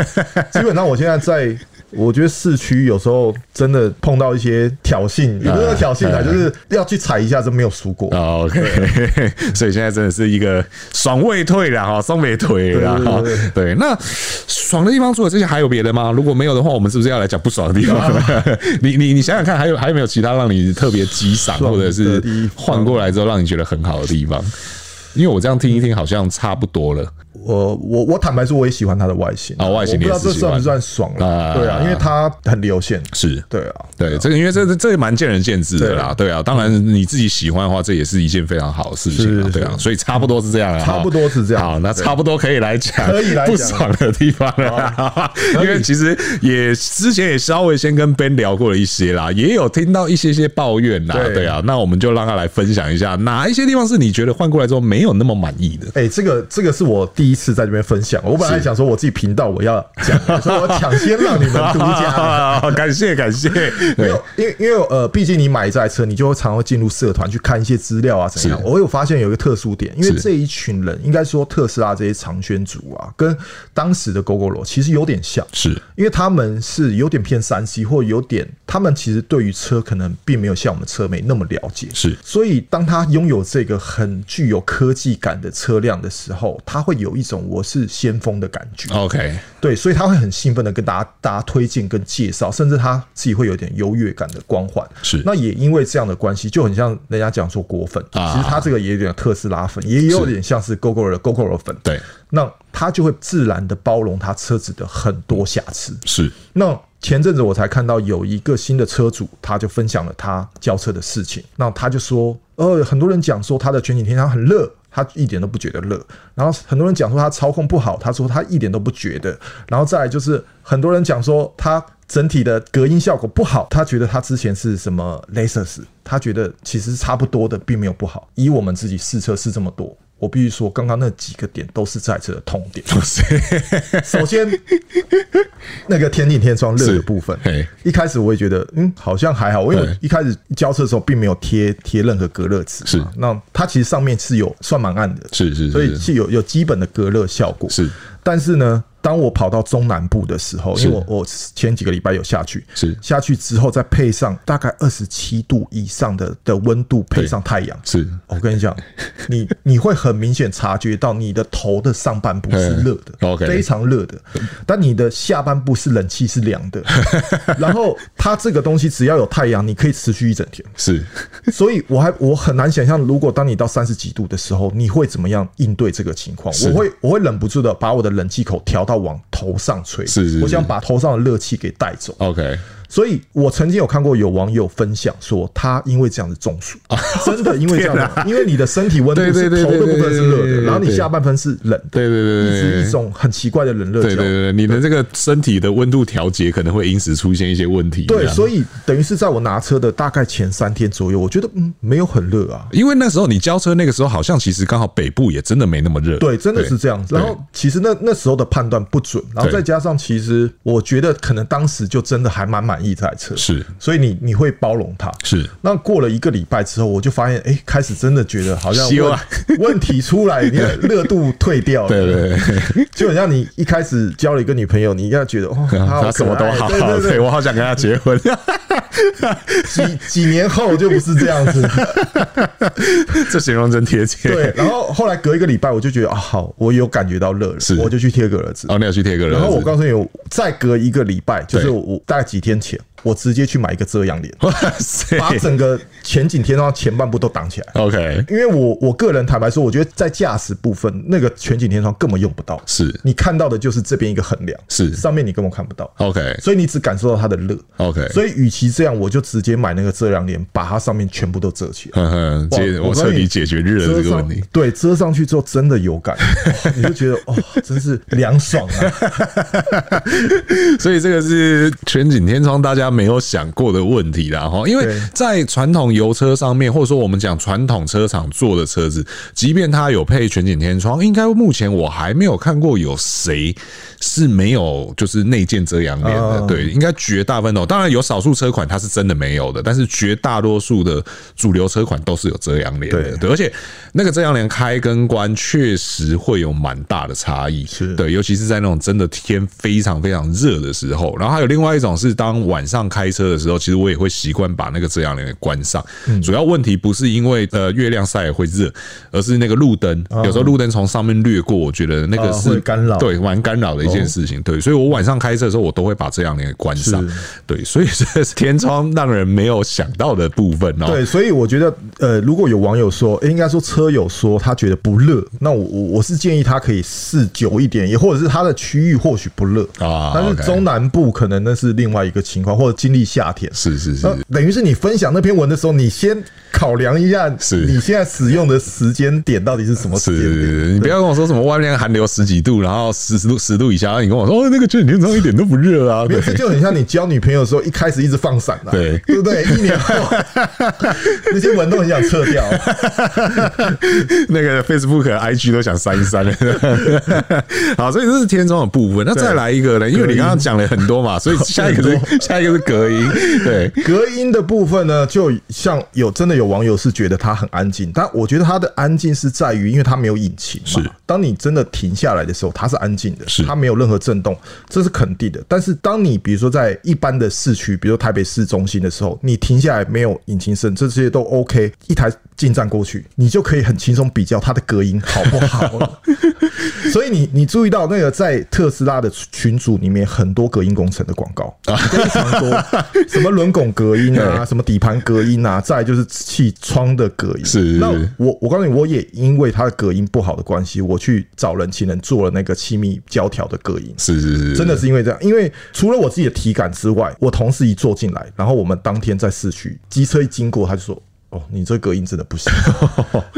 [LAUGHS] 基本上我现在在，我觉得市区有时候真的碰到一些挑衅，也不是说挑衅啊，就是要去踩一下，真没有输过。哎啊 OK，所以现在真的是一个爽未退啦，哈，双没腿啦，对哈对对对。那爽的地方除了这些还有别的吗？如果没有的话，我们是不是要来讲不爽的地方？啊 [LAUGHS] 你你你想想看，还有还有没有其他让你特别激赏，爽的或者是地方换过来之后让你觉得很好的地方？因为我这样听一听，好像差不多了。我我我坦白说，我也喜欢它的外形啊外形我不知道你也这是喜欢算不算爽啊了。对啊，因为它很流线。是对啊，对，这个因为这这也蛮见仁见智的啦，对啊，当然你自己喜欢的话，这也是一件非常好的事情啊是，是对啊，所以差不多是这样啦，差不多是这样好，那差不多可以来讲，可以来讲不爽的地方了啦， [LAUGHS] 因为其实也之前也稍微先跟 Ben 聊过了一些啦，也有听到一些些抱怨啦，对对啊，那我们就让他来分享一下哪一些地方是你觉得换过来之后没有那么满 [LAUGHS] 意的，哎、这个这个是我第一次在这边分享。我本来想说我自己频道我要讲， [LAUGHS] 所以我抢先让你们独家。 [LAUGHS] 感谢感 [LAUGHS] 谢，没对有，因为因为呃，毕竟你买这台车，你就会常会进入社团去看一些资料啊，怎样是。我有发现有一个特殊点，因为是这一群人，应该说特斯拉这些长宣族啊，跟当时的 GoGoRo 其实有点像，是因为他们是有点偏山西，或有点他们其实对于车可能并没有像我们车妹那么了解，是所以当他拥有这个很具有科技感的车辆的时候，他会有一种我是先锋的感觉。 OK 对，所以他会很兴奋的跟大家大家推荐跟介绍，甚至他自己会有点优越感的光环。是那也因为这样的关系，就很像人家讲说果粉，啊其实他这个也有点特斯拉粉，也有点像是 GoGo 的 GoGo 的粉。对那他就会自然的包容他车子的很多瑕疵。是那前阵子我才看到有一个新的车主，他就分享了他交车的事情。那他就说，呃，很多人讲说他的全景天窗很热，他一点都不觉得热。然后很多人讲说他操控不好，他说他一点都不觉得。然后再来就是很多人讲说他整体的隔音效果不好，他觉得他之前是什么 Lexus，他觉得其实是差不多的，并没有不好。以我们自己试车试这么多。我我必须说，刚刚那几个点都是这台车的痛点。[LAUGHS] 首先，那个天顶天窗热是的部分 [LAUGHS] 嘿，一开始我也觉得，嗯，好像还好，因为我对一开始交车的时候并没有贴贴任何隔热纸，是那它其实上面是有算蛮暗的，是是所以是是有有基本的隔热效果，是。但是呢，当我跑到中南部的时候，因是为我我前几个礼拜有下去，是下去之后再配上大概二十七度以上的的温度，配上太阳，是我跟你讲，你你会很明显察觉到你的头的上半部是热 [LAUGHS] 嗯的，OK 非常热的，但你的下半部是冷气是凉 [LAUGHS] 的。然后它这个东西只要有太阳，你可以持续一整天。是所以我还我很难想象，如果当你到三十几度的时候，你会怎么样应对这个情况？我会我会忍不住的把我的冷气口调到往头上吹，是是我想把头上的热气给带走。 OK，所以我曾经有看过有网友分享说，他因为这样子中暑，真的因为这样子，因为你的身体温度对对是对头的部分是热对对的，对然后你下半分是冷的，对对对一对直对一种很奇怪的冷热对对交对，你的这个身体的温度调节可能会因此出现一些问题。对，所以。以等于是在我拿车的大概前三天左右，我觉得嗯没有很热啊，因为那时候你交车，那个时候好像其实刚好北部也真的没那么热，对，真的是这样。对然后其实那那时候的判断不准，然后对再加上其实我觉得可能当时就真的还蛮满意这台车，是所以你你会包容它。是那过了一个礼拜之后，我就发现，哎、开始真的觉得好像希望问 [LAUGHS] 问题出来，你的热度退掉了，对对对，就很像你一开始交了一个女朋友，你应该觉 [LAUGHS] 得哦，她好可他爱什么都好，对对对对我好想跟他结婚，几几年后就不是 [LAUGHS] 这样子，这形容真贴切。对。然后后来隔一个礼拜，我就觉得啊，好，我有感觉到热了是，我就去贴个儿子。哦，你有去贴个人，然后我是不告诉你，我再隔一个礼拜，就是对我我大概几天前，我直接去买一个遮阳帘，是哇塞把整个前景天窗前半部都挡起来。 ，OK，因为我我个人坦白说，我觉得在驾驶部分，那个全景天窗根本用不到，是你看到的就是这边一个横梁，是哦上面你根本看不到， OK 所以你只感受到它的热。 OK，所以与其这样，我就直接买那个遮阳帘，把它上面全部都遮起来。哼哼，解哇嗯我我彻跟底你解决日的遮这个问上题，对，遮上去之后真的有感，哇你就觉得哦，真是凉爽啊！ [LAUGHS] 所以这个是全景天窗大家没有想过的问题啦，哈，因为对在传统油车上面，或者说我们讲传统车厂做的车子，即便它有配全景天窗，应该目前我还没有看过有谁是没有就是内建遮阳帘的，哦对，应该绝大部分都有，哦当然有少数车款它是真的没有的，但是绝大多数的主流车款都是有遮阳帘的，对对，而且那个遮阳帘开跟关确实会有蛮大的差异，是对，尤其是在那种真的天非常非常热的时候。然后还有另外一种是，当晚上开车的时候，其实我也会习惯把那个遮阳帘给关上。嗯主要问题不是因为呃月亮晒也会热，而是那个路灯，有时候路灯从上面掠过，我觉得那个啊是会干扰哦对，蛮干扰的一件事情。对，所以我晚上开车的时候，我都会把遮阳帘给关上。对，所以这是天窗让人没有想到的部分哦。对，所以我觉得，呃，如果有网友说，诶应该说车友说他觉得不热，那我我我是建议他可以试久一点，也或者是他的区域或许不热啊但是 OK 中南部可能那是另外一个情况，或者经历夏天。是是是那，等于是你分享那篇文的时候，你先考量一下，是你现在使用的时间点到底是什么时间点？是，你不要跟我说什么外面寒流十几度，然后十十度十度以下，你跟我说哦，那个卷天窗一点都不热 [LAUGHS] 啊，没对有，这就很像你交女朋友的时候，一开始一直放闪啊，对对不对？一年后， [LAUGHS] 那些文都很想撤掉。那个 Facebook、和 IG 都想删一删了。 [LAUGHS] 好，所以这是天窗的部分。那再来一个呢？因为你刚刚讲了 [LAUGHS] 很多嘛，所以下一个是下一个是隔音，对，隔音的部分呢，就像有真的有网友是觉得它很安静，但我觉得它的安静是在于，因为它没有引擎嘛。是当你真的停下来的时候，它是安静的，是它没有任何震动，这是肯定的。但是当你比如说在一般的市区，比如台北市中心的时候，你停下来没有引擎声，这些都 OK，一台进站过去，你就可以很轻松比较它的隔音好不 [LAUGHS] 好了。所以你你注意到那个在特斯拉的群组里面很多隔音工程的广告，非常多，什么轮拱隔音啊，什么底盘隔音啊，再来就是气窗的隔音。是那我我告诉你，我也因为它的隔音不好的关系，我去找人情人做了那个气密胶条的隔音。是是是，真的是因为这样，因为除了我自己的体感之外，我同事一坐进来，然后我们当天在市区，机车一经过，他就说：“哦，你这隔音真的不行。 [LAUGHS]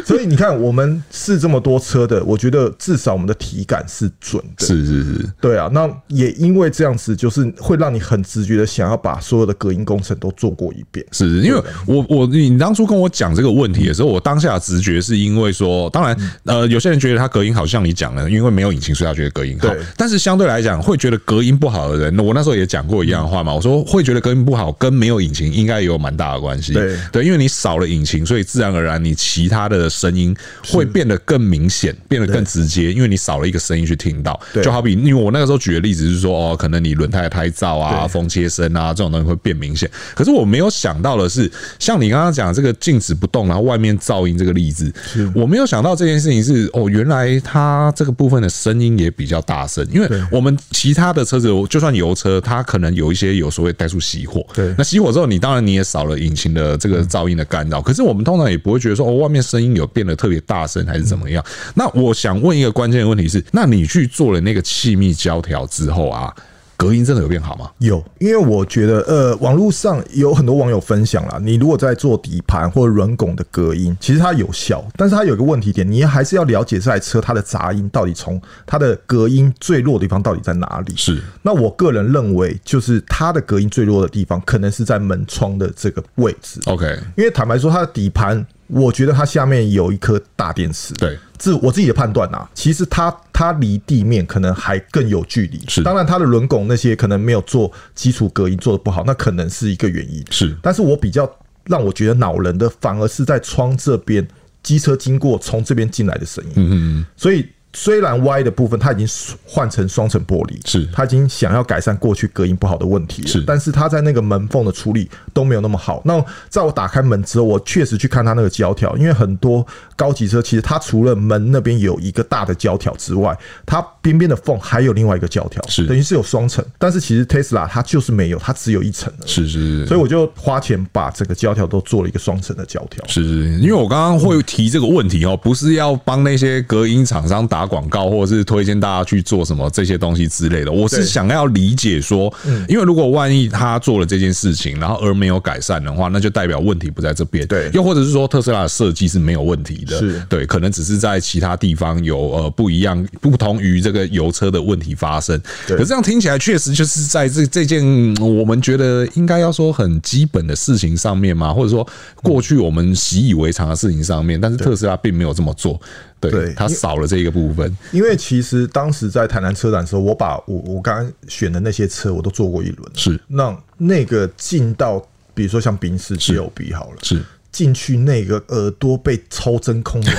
所以你看，我们试这么多车的，我觉得至少我们的体感是准的。是是是，对啊，那也因为这样子，就是会让你很直觉的想要把所有的隔音工程都做过一遍。是因为我我你当初跟我讲这个问题的时候，我当下的直觉是因为说，当嗯然呃，有些人觉得它隔音好，像你讲的，因为没有引擎，所以他觉得隔音好对。但是相对来讲，会觉得隔音不好的人，我那时候也讲过一样的话嘛，嗯我说会觉得隔音不好跟没有引擎应该也有蛮大的关系。对对，因为你少了引擎，所以自然而然你其他的声音会变得更明显，变得更直接，因为你少了一个声音去听到。对就好比因为我那个时候举的例子是说，哦，可能你轮胎的胎噪啊、对风切声啊这种东西会变明显。可是我没有想到的是，像你刚刚讲这个静止不动，然后外面噪音这个例子，我没有想到这件事情是哦，原来它这个部分的声音也比较大声，因为我们其他的车子就算油车，它可能有一些有所谓怠速熄火，对嗯那熄火之后，你当然你也少了引擎的这个噪音的干扰，可是我们通常也不会觉得说哦，外面声音有变得特别大声还是怎么样。嗯那我想问一个关键的问题是，那你去做了那个气密胶条之后啊，隔音真的有变好吗？有，因为我觉得，呃，网络上有很多网友分享啦，你如果在做底盘或轮拱的隔音，其实它有效，但是它有一个问题点，你还是要了解这台车它的杂音到底从它的隔音最弱的地方到底在哪里。是那我个人认为，就是它的隔音最弱的地方，可能是在门窗的这个位置， OK，因为坦白说，它的底盘，我觉得它下面有一颗大电池。对，自我自己的判断啊，其实它它离地面可能还更有距离。是当然它的轮拱那些可能没有做基础隔音做的不好，那可能是一个原因。是但是我比较让我觉得恼人的，反而是在窗这边机车经过从这边进来的声音。嗯嗯，所以。虽然 Y 的部分它已经换成双层玻璃，是它已经想要改善过去隔音不好的问题了，是但是它在那个门缝的处理都没有那么好。那在我打开门之后，我确实去看它那个胶条，因为很多高级车其实它除了门那边有一个大的胶条之外，它边边的缝还有另外一个胶条，是等于是有双层。但是其实 Tesla 它就是没有，它只有一层而已是是，所以我就花钱把整个胶条都做了一个双层的胶条。是是，因为我刚刚会提这个问题哦，不是要帮那些隔音厂商打广告，或者是推荐大家去做什么这些东西之类的。我是对嗯想要理解说，因为如果万一他做了这件事情，然后而没有改善的话，那就代表问题不在这边。对又或者是说特斯拉的设计是没有问题的，是对，可能只是在其他地方有呃不一样、不同于这个油车的问题发生。对可这样听起来确实就是在这这件嗯我们觉得应该要说很基本的事情上面嘛，或者说过去我们习以为常的事情上面，但是特斯拉并没有这么做，对对它少了这个部分，因为其实当时在台南车展的时候，我把我我刚刚选的那些车我都做过一轮，是让那个进到，比如说像宾士 G L B 好了，是进去那个耳朵被抽真空的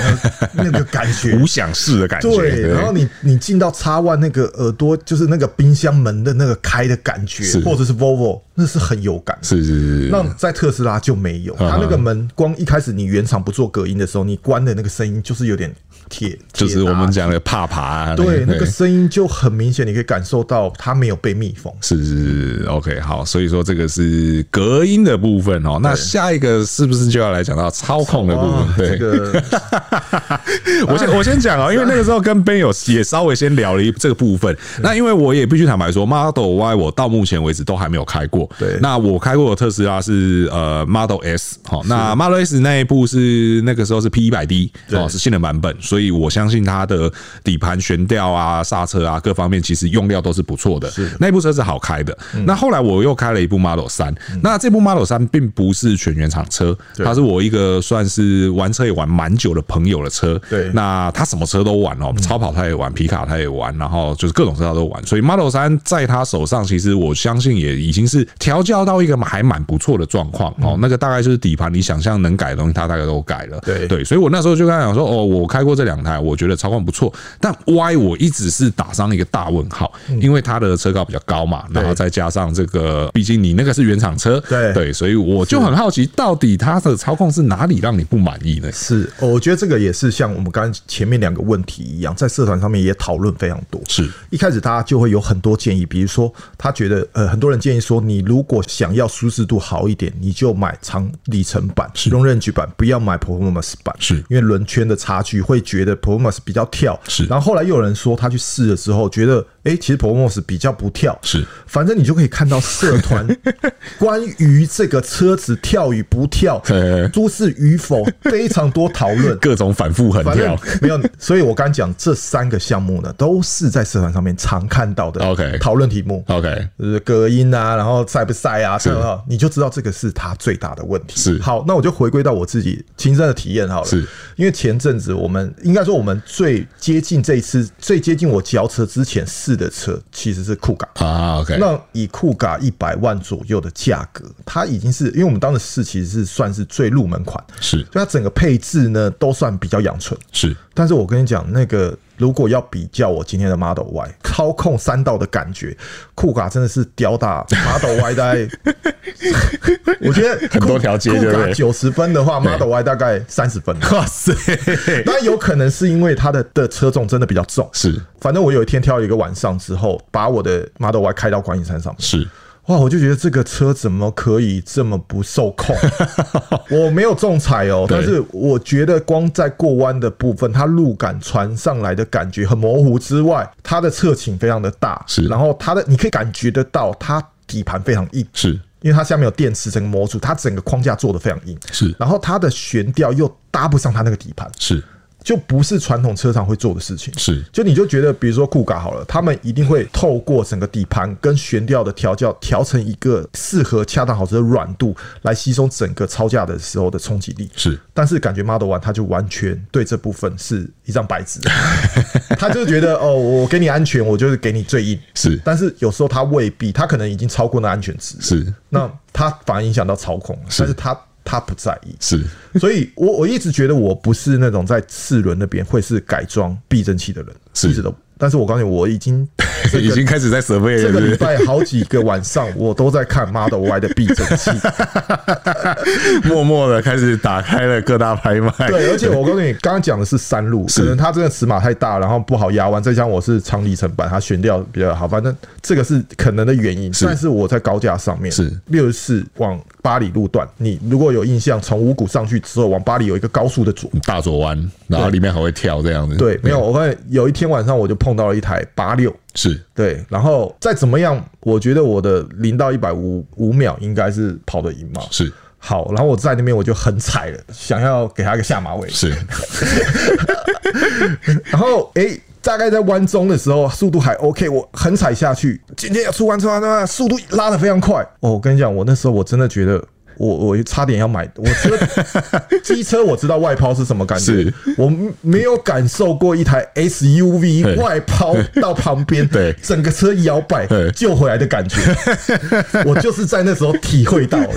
那 [LAUGHS] 那个感觉无。想事的感觉。对，然后你你进到叉 One 那个耳朵，就是那个冰箱门的那个开的感觉是，或者是 Volvo，那是很有感的。是是是是那在特斯拉就没嗯有，它那个门光一开始你原厂不做隔音的时候，你关的那个声音就是有点铁，就是铁打我们讲的怕爬啊，对那个声音就很明显，你可以感受到它没有被密封。是是是，OK，好，所以说这个是隔音的部分哦。那下一个是不是就要来讲到操控的部哇分？，对，这个 [LAUGHS] 我先我先讲 [LAUGHS] 啊，因为那个时候跟 Ben 有也稍微先聊了一这个部分。嗯那因为我也必须坦白说，Model Y 我到目前为止都还没有开过。对那我开过的特斯拉是呃 Model S，好，那 Model S 那一部是那个时候是 P 一百 D 对哦，是性能版本，所以我相信它的底盘、悬吊啊、刹车啊各方面其实用料都是不错的。那部车是好开的。嗯那后来我又开了一部 Model 三，那这部 Model 三并不是全原厂车，它是我一个算是玩车也玩蛮久的朋友的车。对嗯那他什么车都玩哦，超跑他也玩，皮卡他也玩，然后就是各种车他都玩。所以 Model 三在他手上，其实我相信也已经是调教到一个还蛮不错的状况嗯哦。那个大概就是底盘你想象能改的东西，他大概都改了。对对，所以我那时候就跟他讲说，哦，我开过这两台，我觉得操控不错，但 Y 我一直是打上一个大问号，嗯因为它的车高比较高嘛，然后再加上这个，毕竟你那个是原厂车，对对，所以我就很好奇，到底它的操控是哪里让你不满意呢？是，哦我觉得这个也是像我们刚才前面两个问题一样，在社团上面也讨论非常多。是一开始大家就会有很多建议，比如说他觉得呃，很多人建议说，你如果想要舒适度好一点，你就买长里程版、用 range 版，不要买 performance 版，是因为轮圈的差距会觉得 performance 比较跳。是然后后来又有人说他去试了之后，觉得哎、诶其实 performance 比较不跳。是，反正你就可以看到社团关于这个车子跳与不跳 [LAUGHS] 对、舒适与否非常多讨 [LAUGHS] 论。各种反复横反正跳。没有，所以我刚讲这三个项目呢，都是在社团上面常看到的 OK 讨论题目。 OK，呃，隔音啊，然后晒不晒啊，等等，你就知道这个是他最大的问题。是好，那我就回归到我自己亲身的体验好了。是，因为前阵子我们应该说我们最接近这一次最接近我交车之前试的车其实是酷咖。啊，OK，那以酷咖一百万左右的价格，它已经是因为我们当时试其实是算是最入门款，是所以它整个配置呢都算比较养纯。是但是我跟你讲，那个如果要比较我今天的 Model Y 操控三道的感觉，酷卡真的是吊打 Model Y [LAUGHS] 大概，我觉得很多条街对不对九十分的话，Model Y 大概三十分。哇塞，当然有可能是因为它的的车重真的比较重，是反正我有一天挑了一个晚上之后，把我的 Model Y 开到观音山上面，是哇，我就觉得这个车怎么可以这么不受 [LAUGHS] 控？我没有仲裁哦，对但是我觉得光在过弯的部分，它路感传上来的感觉很模糊之外，它的侧倾非常的大，是然后它的你可以感觉得到它底盘非常硬。是因为它下面有电池，整个模组，它整个框架做的非常硬，是然后它的悬吊又搭不上它那个底盘，是就不是传统车厂会做的事情。是就你就觉得，比如说酷咖好了，他们一定会透过整个底盘跟悬吊的调教，调成一个适合恰当好车的软度，来吸收整个超价的时候的冲击力。是但是感觉 Model One 它就完全对这部分是一张白纸，他就觉得哦，我给你安全，我就是给你最硬。是但是有时候它未必，它可能已经超过那安全值，是那它反而影响到操控了，但是它它不在意，是 [LAUGHS] 所以我我一直觉得我不是那种在四轮那边会是改装避震器的人，是一直都。但是我告诉你，我已 [LAUGHS] 经 [LAUGHS] 这已个经开始在 survey 这了，个是礼不拜好几个晚上，我都在看 Model Y 的避震器。是？ [LAUGHS] 默默的开始打开了各大拍卖， [LAUGHS] 对，而且我告诉你，刚刚讲的是山路，可能它真的尺码太大，然后不好压弯。再加上我是长里程版，它悬吊比较好，反正这个是可能的原因。但是我在高架上面是六十四往巴黎路段，你如果有印象，从五谷上去之后，往巴黎有一个高速的左大左弯，然后里面还会跳这样子，对，没有，我发现有一天晚上我就碰到了一台八六，是对，然后再怎么样，我觉得我的零到一百五五秒应该是跑得赢嘛。是好，然后我在那边我就很踩了，想要给他一个下马威。是然后诶，大概在弯中的时候速度还 OK，我很踩下去，今天要出弯出弯出弯，速度拉得非常快。哦，我跟你讲，我那时候我真的觉得。我我差点要买，我觉得机车我知道外抛是什么感觉是， [LAUGHS] 我没有感受过一台 SUV 对外抛到旁边，对整个车摇摆对救回来的感 [LAUGHS] 觉，我就是在那时候体会到了，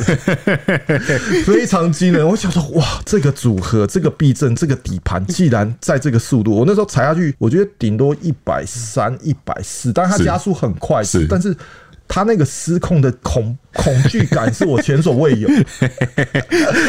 非常惊人。我想说，哇，这个组合，这个避震，这个底盘，既然在这个速度，我那时候踩下去，我觉得顶多一百三、一百四，但它是加速很快，是但是。它那个失控的恐恐惧感是我前所未 [LAUGHS] 有，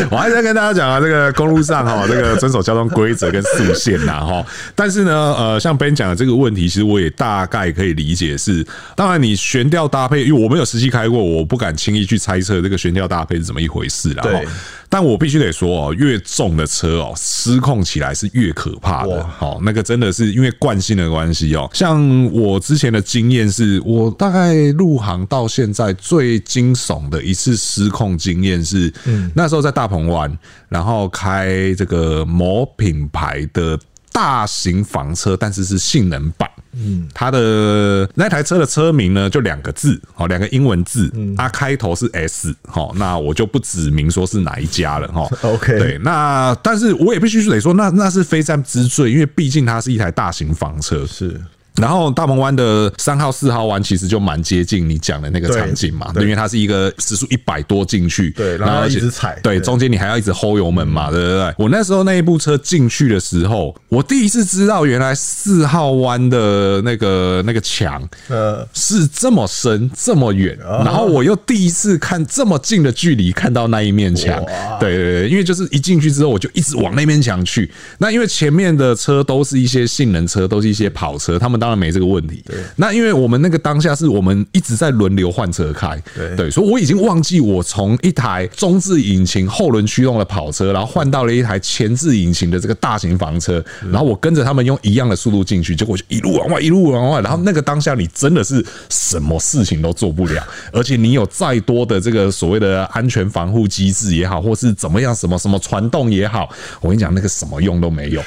我还是要跟大家讲啊，这个公路上 [LAUGHS] 哈，这个遵守交通规则跟速限呐哈。但是呢，呃，像 Ben 讲的这个问题，其实我也大概可以理解是，当然你悬吊搭配，因为我没有实际开过，我不敢轻易去猜测这个悬吊搭配是怎么一回事啦。哈对。但我必须得说哦，越重的车哦，失控起来是越可怕的哇。好，那个真的是因为惯性的关系哦。像我之前的经验是，我大概入行到现在最惊悚的一次失控经验是，那时候在大鹏湾，然后开这个某品牌的。大型房车，但是是性能版。嗯，它的那台车的车名呢，就两个字，哦，两个英文字，它开头是 S，好，那我就不指明说是哪一家了，哦哈。 OK 对，那但是我也必须得说，那那是非战之罪，因为毕竟它是一台大型房车。是然后大鹏湾的三号、四号湾其实就蛮接近你讲的那个对场景嘛，对因为它是一个时速一百多进去，对然后而一且直踩对，对中间你还要一直 hold 油门嘛，对不对？我那时候那一部车进去的时候，我第一次知道原来四号湾的那个那个墙呃，是这么深这么远，然后我又第一次看这么近的距离看到那一面墙，对对对，因为就是一进去之后我就一直往那面墙去。那因为前面的车都是一些性能车，都是一些跑车，他们当然没这个问题。那因为我们那个当下是我们一直在轮流换车开，对对，所以我已经忘记我从一台中置引擎后轮驱动的跑车，然后换到了一台前置引擎的这个大型房车，然后我跟着他们用一样的速度进去，结果我就一路往外，一路往外，然后那个当下你真的是什么事情都做不了，而且你有再多的这个所谓的安全防护机制也好，或是怎么样什么什么传动也好，我跟你讲那个什么用都没有。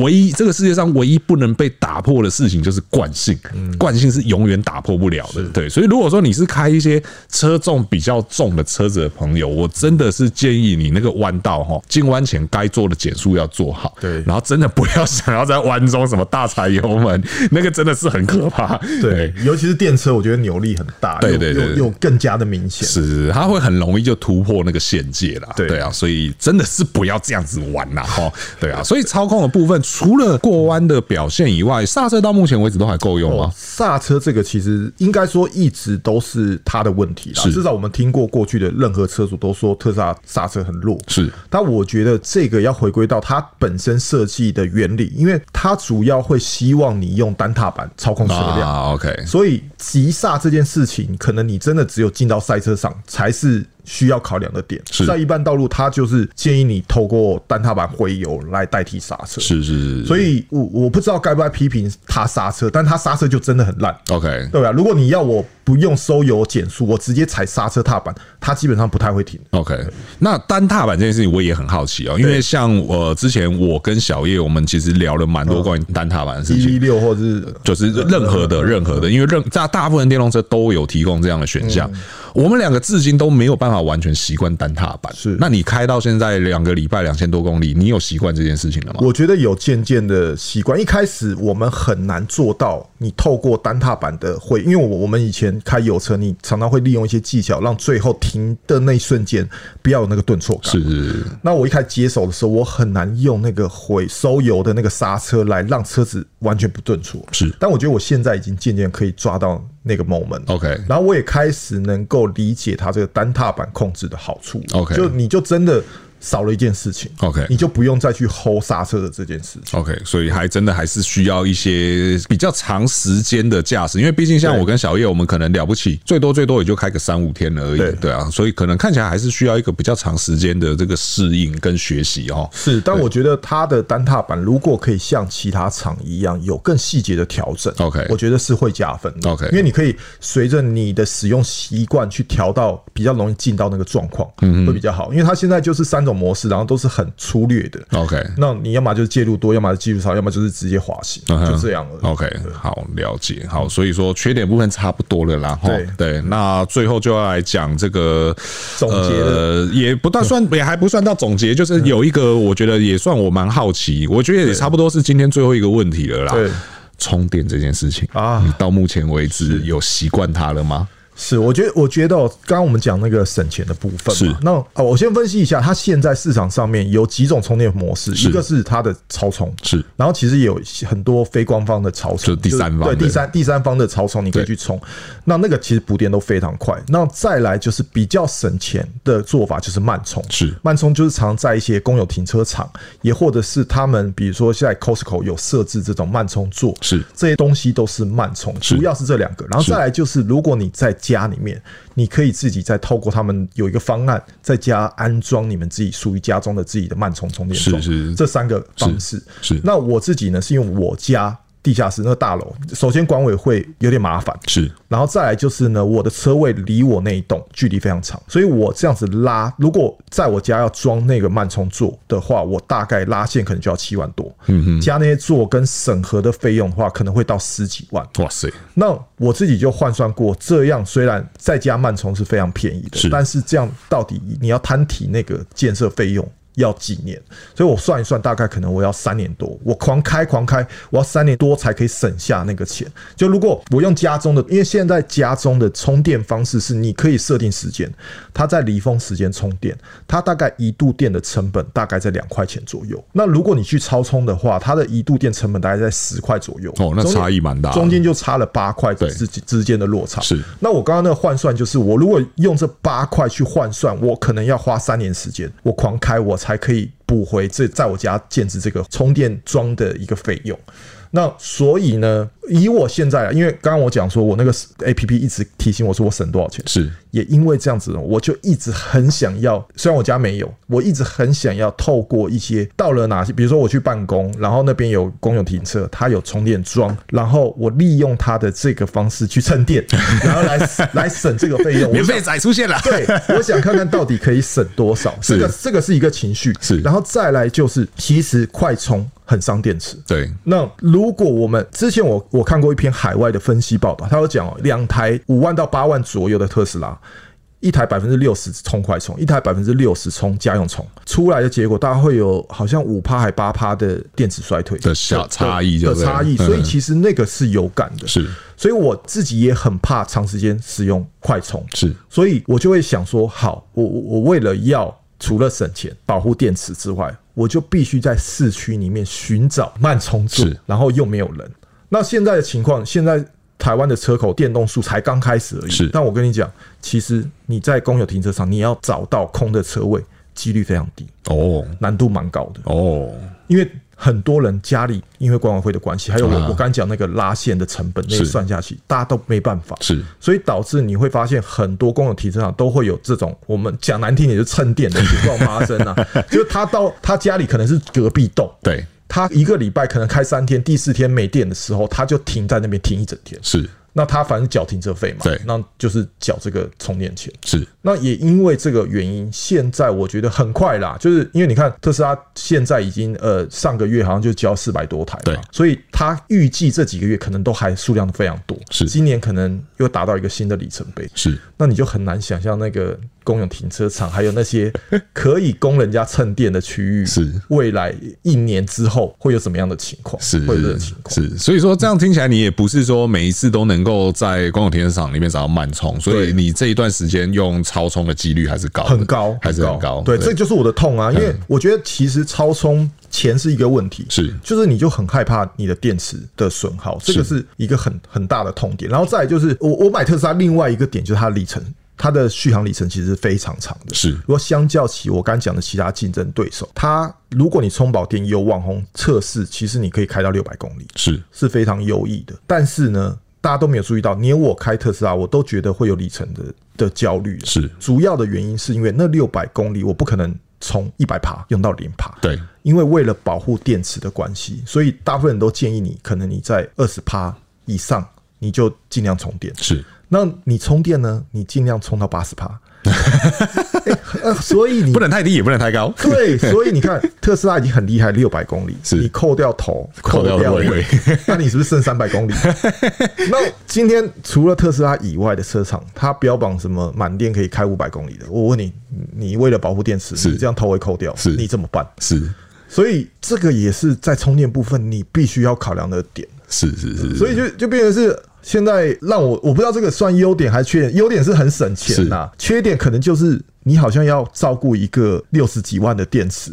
唯一这个世界上唯一不能被打破的事情就是惯性，嗯惯性是永远打破不了的。对，所以如果说你是开一些车重比较重的车子的朋友，我真的是建议你那个弯道哈，进弯前该做的减速要做好，对然后真的不要想要在弯中什么大踩油门，那个真的是很可怕。 [LAUGHS] 对，尤其是电车，我觉得扭力很大，对又对对又又更加的明显。是，是，它会很容易就突破那个限界啦。对对啊，所以真的是不要这样子玩啦，哈。对啊，所以操控的部分，除了过弯的表现以外，刹车到目前为止都还够用吗？刹车这个其实应该说一直都是它的问题啦，是至少我们听过过去的任何车主都说特斯拉刹车很弱，是但我觉得这个要回归到它本身设计的原理，因为它主要会希望你用单踏板操控车辆。啊，OK，所以急刹这件事情，可能你真的只有进到赛车场才是需要考量的点。是在一般道路，它就是建议你透过单踏板回油来代替刹车。是是是，所以我我不知道该不该批评他刹车，但他刹车就真的很烂。 OK，对吧？啊如果你要我不用收油减速，我直接踩刹车踏板，它基本上不太会停。 OK，那单踏板这件事情我也很好奇哦，因为像我之前我跟小叶我们其实聊了蛮多关于单踏板的事一情一，六或者是就是任何的任何的，因为任大大部分电动车都有提供这样的选项。我们两个至今都没有办法完全习惯单踏板。是那你开到现在两个礼拜两千多公里，你有习惯这件事情了吗？我觉得有渐渐的习惯。一开始我们很难做到，你透过单踏板的会，因为我我们以前开油车，你常常会利用一些技巧，让最后停的那一瞬间不要有那个顿挫感。是是是那我一开始接手的时候，我很难用那个回收油的那个刹车来让车子完全不顿挫。是但我觉得我现在已经渐渐可以抓到那个 moment 了。 OK 然后我也开始能够理解它这个单踏板控制的好处。 OK 就你就真的少了一件事情。 OK 你就不用再去 hold 刹车的这件事情。 OK，所以还真的还是需要一些比较长时间的驾驶，因为毕竟像我跟小叶，我们可能了不起，最多最多也就开个三五天而已对，对啊，所以可能看起来还是需要一个比较长时间的这个适应跟学习哦。是，但我觉得它的单踏板如果可以像其他厂一样有更细节的调整 OK 我觉得是会加分的哦 OK 因为你可以随着你的使用习惯去调到比较容易进到那个状况，嗯会比较好。因为它现在就是三种模式，然后都是很粗略的。 OK，那你要么就是介入多，要么就是技术少，要么就是直接滑行，嗯哼就这样了。 OK，好了解，好，所以说缺点部分差不多了啦，齁对对，那最后就要来讲这个总结呃，也不但算也还不算到总结，就是有一个我觉得也算我蛮好奇，我觉得也差不多是今天最后一个问题了对啦。充电这件事情啊你到目前为止有习惯它了吗？是，我觉得，我觉得哦刚刚我们讲那个省钱的部分是嘛，那啊，我先分析一下，它现在市场上面有几种充电模式，一个是它的超充，是然后其实也有很多非官方的超充，就第三方就的是对第三第三方的超充，你可以对去充。那那个其实补电都非常快。那再来就是比较省钱的做法，就是慢充。是慢充就是常在一些公有停车场，也或者是他们比如说现在 Costco 有设置这种慢充座，是这些东西都是慢充，是主要是这两个。然后再来就是，如果你在家里面，你可以自己再透过他们有一个方案，在家安装你们自己属于家中的自己的慢充充电桩，是是这三个方式是那我自己呢，是用我家地下室那个大楼，首先管委会有点麻烦，是然后再来就是呢，我的车位离我那一栋距离非常长，所以我这样子拉，如果在我家要装那个慢充座的话，我大概拉线可能就要七万多，嗯嗯，加那些座跟审核的费用的话，可能会到十几万。哇塞，那我自己就换算过，这样虽然在家慢充是非常便宜的，是但是这样到底你要摊提那个建设费用要几年？所以我算一算，大概可能我要三年多，我狂开狂开，我要三年多才可以省下那个钱。就如果我用家中的，因为现在家中的充电方式是你可以设定时间，它在离峰时间充电，它大概一度电的成本大概在两块钱左右。那如果你去超充的话，它的一度电成本大概在十块左右。哦那中间差异蛮大的中间。中间就差了八块对之之间的落差。是，那我刚刚那个换算就是，我如果用这八块去换算，我可能要花三年时间，我狂开，我才可以补回这在我家建置这个充电桩的一个费用。那所以呢，以我现在，啊因为刚刚我讲说我那个 A P P 一直提醒我说我省多少钱，是也因为这样子，我就一直很想要，虽然我家没有，我一直很想要透过一些到了哪些，比如说我去办公，然后那边有公有停车，它有充电桩，然后我利用它的这个方式去蹭电， [LAUGHS] 然后来来省这个费用。我免 [LAUGHS] 想费仔出现了，对，我想看看到底可以省多少。是这个这个是一个情绪，是然后再来就是，其实快充很伤电池。对，那如果我们之前我我看过一篇海外的分析报道，他有讲哦，两台五万到八万左右的特斯拉，一台百分之六十充快充，一台百分之六十充家用充，出来的结果大概会有好像五趴还八趴的电池衰退的小差异就的对了差异，嗯所以其实那个是有感的。是所以我自己也很怕长时间使用快充，是所以我就会想说，好，我我我为了要除了省钱、保护电池之外，我就必须在市区里面寻找慢充座是，然后又没有人。那现在的情况，现在台湾的车口电动数才刚开始而已。是但我跟你讲，其实你在公有停车场，你要找到空的车位，几率非常低，哦难度蛮高的。哦，因为很多人家里因为管委会的关系，还有我啊我刚讲那个拉线的成本，那是个算下去，大家都没办法，是所以导致你会发现很多公有停车场都会有这种我们讲难听点就蹭电的情况发生啊，就是他到他家里可能是隔壁栋。对他一个礼拜可能开三天，第四天没电的时候，他就停在那边停一整天。是那他反正缴停车费嘛，对那就是缴这个充电钱。是那也因为这个原因，现在我觉得很快啦，就是因为你看特斯拉现在已经呃上个月好像就交四百多台对嘛，所以它预计这几个月可能都还数量非常多，是今年可能又达到一个新的里程碑。是那你就很难想象那个公有停车场，还有那些可以供人家蹭电的区域，是未来一年之后会有什么样的情况？是会有这种情况。是，所以说这样听起来，你也不是说每一次都能够在公有停车场里面找到慢充，所以对你这一段时间用超充的几率还是高的，很高，还是很高。嗯对，这就是我的痛啊，因为我觉得其实超充钱是一个问题，是就是你就很害怕你的电池的损耗，这个是一个很很大的痛点。然后再来就是我我买特斯拉另外一个点就是它的里程。它的续航里程其实是非常长的，是如果相较起我刚讲的其他竞争对手，它如果你充饱电有网红测试，其实你可以开到六百公里，是是非常优异的。但是呢，大家都没有注意到，连我开特斯拉，我都觉得会有里程的的焦虑了。是主要的原因是因为那六百公里我不可能从一百爬用到零爬，对因为为了保护电池的关系，所以大部分人都建议你，可能你在二十趴以上，你就尽量充电。是那你充电呢？你尽量充到八十 [LAUGHS] [LAUGHS] 趴，欸呃所以你不能太低，也不能太高， [LAUGHS] 对，所以你看，特斯拉已经很厉害，六百公里，是你扣掉头，扣掉尾尾， [LAUGHS] 那你是不是剩三百公里？ [LAUGHS] 那今天除了特斯拉以外的车厂，它标榜什么满电可以开五百公里的？我问你，你你为了保护电池，你这样头会扣掉，是你怎么办？是所以这个也是在充电部分你必须要考量的点，是是是， [LAUGHS] 所以就就变成是。现在让我我不知道这个算优点还是缺点，优点是很省钱呐、缺点可能就是你好像要照顾一个六十几万的电池，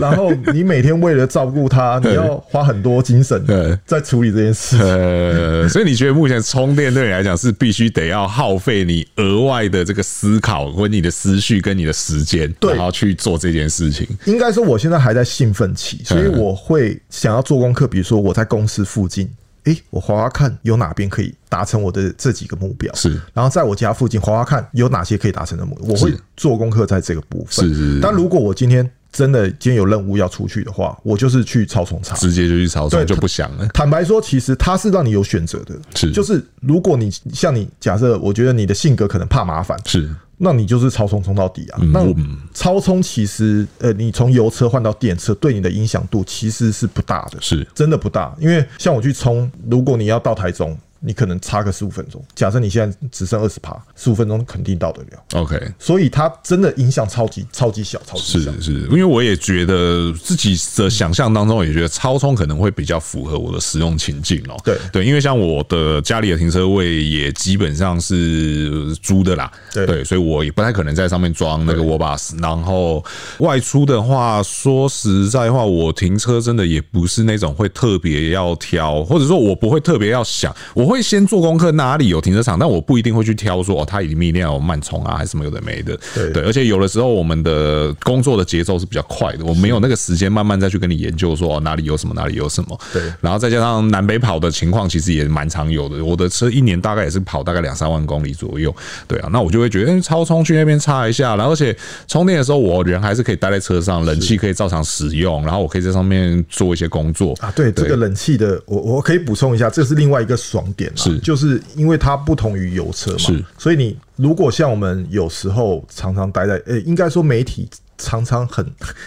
然后你每天为了照顾它，你要花很多精神对在处理这件事情。呃，所以你觉得目前充电对你来讲是必须得要耗费你额外的这个思考，或你的思绪跟你的时间，对然后去做这件事情。应该说我现在还在兴奋期，所以我会想要做功课，比如说我在公司附近。诶，我划划看有哪边可以达成我的这几个目标，是然后在我家附近划划看有哪些可以达成的目标，我会是做功课在这个部分。是是是但如果我今天真的今天有任务要出去的话，我就是去超虫场。直接就去操作对就不想了，坦白说，其实它是让你有选择的，是就是如果你像你假设，我觉得你的性格可能怕麻烦，是那你就是超充充到底嗯啊。那超充其实，呃，你从油车换到电车，对你的影响度其实是不大的，是真的不大。因为像我去充，如果你要到台中，你可能差个十五分钟。假设你现在只剩二十趴，十五分钟肯定到得了。 OK。所以它真的影响超级超级小，超级小。是是，因为我也觉得自己的想象当中，也觉得超充可能会比较符合我的使用情境哦、对对，因为像我的家里的停车位也基本上是租的啦，对所以我也不太可能在上面装那个 w a b u s 然后外出的话，说实在话，我停车真的也不是那种会特别要挑，或者说我不会特别要想，我会先做功课哪里有停车场，但我不一定会去挑说哦，它一定一定要有慢充啊，还是什么有的没的。对对，而且有的时候我们的工作的节奏是比较快的，我没有那个时间慢慢再去跟你研究说哦哪里有什么，哪里有什么。对然后再加上南北跑的情况，其实也蛮常有的。我的车一年大概也是跑大概两三万公里左右，对啊，那我就会觉得，哎、超充去那边插一下，然后而且充电的时候，我人还是可以待在车上，冷气可以照常使用，然后我可以在上面做一些工作嗯啊，对这个冷气的，我我可以补充一下，这是另外一个爽点啦，啊是就是因为它不同于油车嘛，是所以你如果像我们有时候常常待在，呃、应该说媒体常常很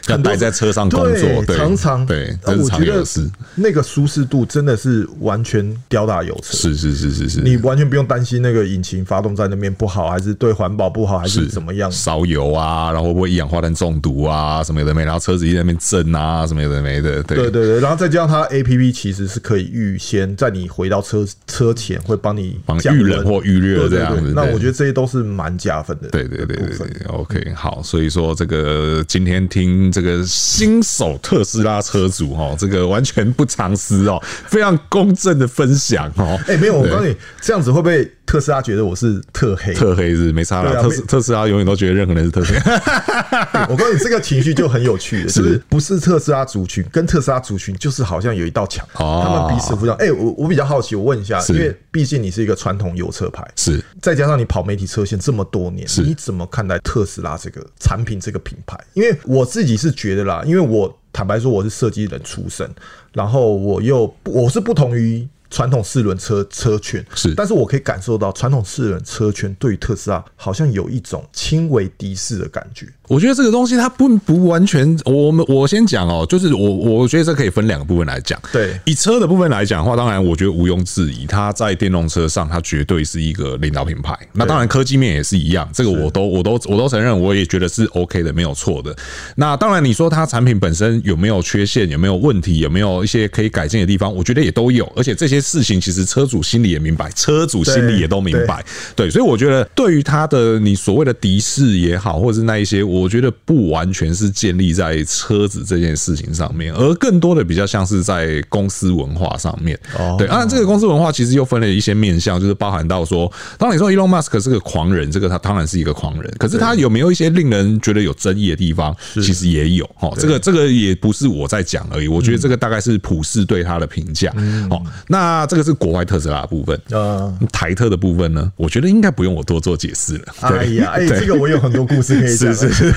要很多待在车上工作，啊对，对，常常对，呃这是我常觉有得的事，那个舒适度真的是完全吊打油车，是是是是你是，完全不用担心那个引擎发动在那边不好，还是对环保不好，还是是怎么样。烧油啊，然后会不会一氧化碳中毒啊，什么有的没，然后车子一直在那边震啊，什么有的没的，对对对对，然后再加上它 A P P 其实是可以预先在你回到车车前会帮你帮降预冷或预热这对对样对子。那对我觉得这些都是蛮加分的。对对对的对部分对，OK，好，所以说这个今天听这个新手特斯拉车主哦，这个完全不藏私哦，非常公正的分享哦。哎，没有，我对告诉你，这样子会不会特斯拉觉得我是特黑？特黑是没差对啦，啊特没斯特斯拉永远都觉得任何人是特黑， [LAUGHS] 我告诉你，这个情绪就很 [LAUGHS] 有趣了，就是不是特斯拉族群跟特斯拉族群就是好像有一道墙，哦他们彼此互相。哎，我我比较好奇，我问一下，是因为毕竟你是一个传统油车牌，是再加上你跑媒体车线这么多年，你怎么看待特斯拉这个产品这个品牌？因为我自己是觉得啦，因为我坦白说我是设计人出身，然后我又不我是不同于。传统四轮车车圈是但是我可以感受到传统四轮车圈对于特斯拉好像有一种轻微敌视的感觉。我觉得这个东西它不不完全，我我们我先讲哦，就是我我觉得这可以分两个部分来讲。对以车的部分来讲的话，当然我觉得毋庸置疑，它在电动车上它绝对是一个领导品牌。那当然科技面也是一样，这个我都我都我都承认，我也觉得是 OK 的，没有错的。那当然你说它产品本身有没有缺陷，有没有问题，有没有一些可以改进的地方，我觉得也都有。而且这些事情其实车主心里也明白，车主心里也都明白。对，所以我觉得对于他的你所谓的敌视也好，或者是那一些，我觉得不完全是建立在车子这件事情上面，而更多的比较像是在公司文化上面。哦对，当啊然这个公司文化其实又分了一些面向，就是包含到说，当你说 Elon Musk 是个狂人，这个他当然是一个狂人，可是他有没有一些令人觉得有争议的地方？其实也有哦，这个这个也不是我在讲而已，我觉得这个大概是普世对他的评价。哦，那这个是国外特斯拉的部分。呃，台特的部分呢，我觉得应该不用我多做解释了。哎呀，哎，这个我有很多故事可以讲。[LAUGHS] 啊是是，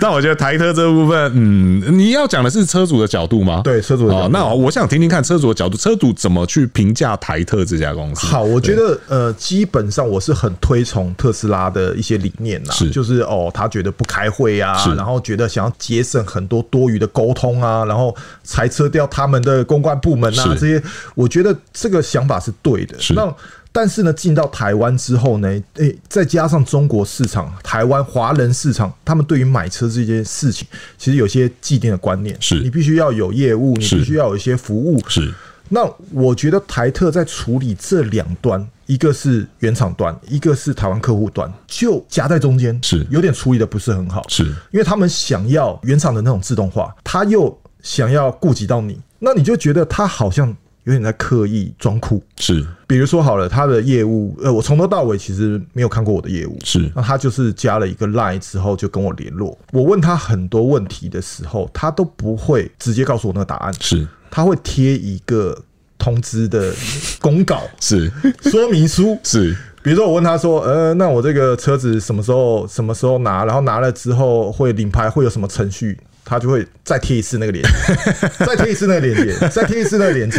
但我觉得台特这部分，嗯，你要讲的是车主的角度吗？对车主的角度哦那我想听听看车主的角度，车主怎么去评价台特这家公司？好，我觉得呃，基本上我是很推崇特斯拉的一些理念啦，是就是哦，他觉得不开会啊是，然后觉得想要节省很多多余的沟通啊，然后裁撤掉他们的公关部门啊是这些，我觉得这个想法是对的。是那但是呢，进到台湾之后呢，诶、再加上中国市场、台湾华人市场，他们对于买车这件事情，其实有些既定的观念，是你必须要有业务，你是必须要有一些服务，是那我觉得台特在处理这两端，一个是原厂端，一个是台湾客户端，就夹在中间，是有点处理的不是很好，是因为他们想要原厂的那种自动化，他又想要顾及到你，那你就觉得他好像有点在刻意装酷。是比如说好了，他的业务，呃，我从头到尾其实没有看过我的业务，是那他就是加了一个 Line 之后就跟我联络，我问他很多问题的时候，他都不会直接告诉我那个答案，是他会贴一个通知的公 [LAUGHS] 告是说明书。是比如说，我问他说：“呃，那我这个车子什么时候什么时候拿？然后拿了之后会领牌，会有什么程序？”他就会再贴一次那个链接， [LAUGHS] 再贴一次那个链接，再贴一次那个链接。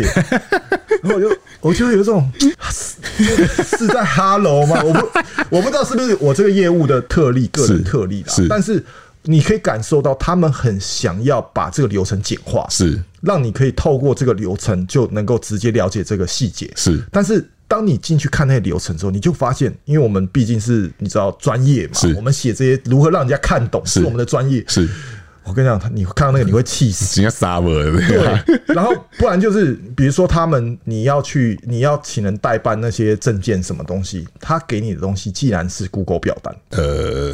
然后我就我就有一种是是在哈喽吗？我不我不知道是不是我这个业务的特例，个是人特例啦是。但是你可以感受到他们很想要把这个流程简化，是让你可以透过这个流程就能够直接了解这个细节。是但是当你进去看那个流程之后，你就发现，因为我们毕竟是你知道专业嘛是，我们写这些如何让人家看懂是我们的专业。是，我跟你讲，你看到那个你会气 [LAUGHS] 死。人家 summer 对，然后不然就是，比如说他们你要去，你要请人代办那些证件什么东西，他给你的东西既然是 Google 表单，呃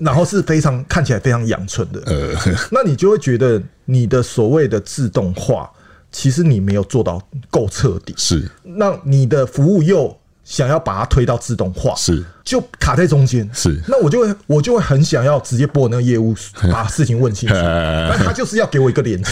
然后是非常看起来非常阳春的，呃，那你就会觉得你的所谓的自动化，其实你没有做到够彻底。是让你的服务又想要把它推到自动化，是就卡在中间。是那我就会我就会很想要直接拨那个 [LAUGHS] 业务，把事情问清楚。呃但他就是要给我一个连接，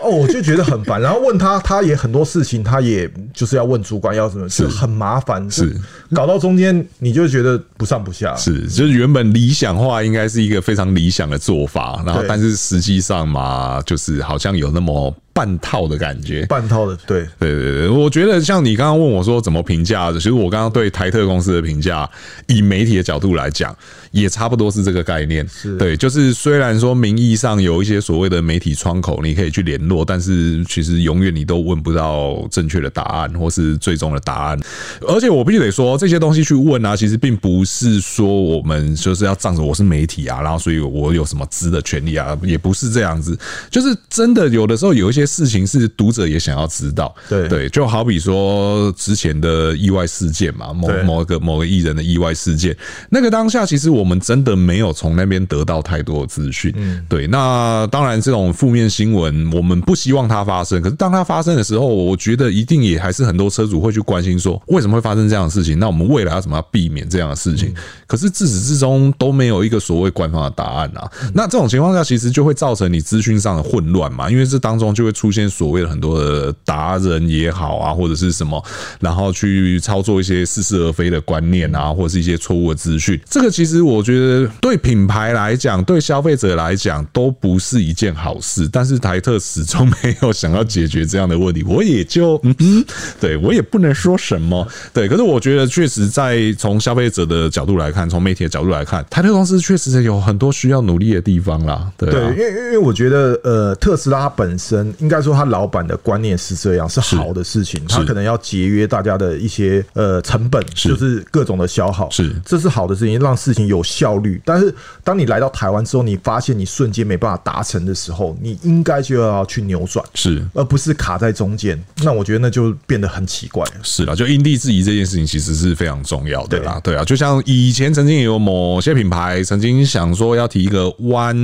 哦，我就觉得很烦。然后问他，他也很多事情，他也就是要问主管要什么，就很麻烦。是就搞到中间，你就觉得不上不下。是，就是原本理想化应该是一个非常理想的做法，然后对但是实际上嘛，就是好像有那么半套的感觉。半套的，对，对对对，我觉得像你刚刚问我说怎么评价，其实我刚刚对台特公司的评价，以媒体的角度来讲，也差不多是这个概念。对，就是虽然说名义上有一些所谓的媒体窗口，你可以去联络，但是其实永远你都问不到正确的答案，或是最终的答案。而且我必须得说，这些东西去问啊，其实并不是说我们就是要仗着我是媒体啊，然后所以我有什么知的权利啊，也不是这样子。就是真的有的时候有一些事情是读者也想要知道，对对，就好比说之前的意外事件嘛，某对某一个某个艺人的意外事件，那个当下其实我们真的没有从那边得到太多的资讯。嗯对，那当然这种负面新闻我们不希望它发生，可是当它发生的时候，我觉得一定也还是很多车主会去关心说为什么会发生这样的事情，那我们未来要怎么样避免这样的事嗯情？可是自始至终都没有一个所谓官方的答案啊。嗯那这种情况下，其实就会造成你资讯上的混乱嘛，因为这当中就会出现所谓的很多的达人也好啊，或者是什么，然后去操作一些似是而非的观念啊，或者是一些错误的资讯。这个其实我觉得对品牌来讲，对消费者来讲都不是一件好事。但是台特始终没有想要解决这样的问题，我也就嗯哼，对我也不能说什么。对，可是我觉得确实在从消费者的角度来看，从媒体的角度来看，台特公司确实有很多需要努力的地方啦。对对，啊因为因为我觉得，呃，特斯拉本身应该说他老板的观念是这样，是好的事情，他可能要节约大家的一些呃成本，就是各种的消耗，是这是好的事情，让事情有效率。但是当你来到台湾之后，你发现你瞬间没办法达成的时候，你应该就要去扭转，是而不是卡在中间。那我觉得那就变得很奇怪了。是啦，就因地制宜这件事情其实是非常重要的啦。对啊，就像以前曾经也有某些品牌曾经想说要提一个弯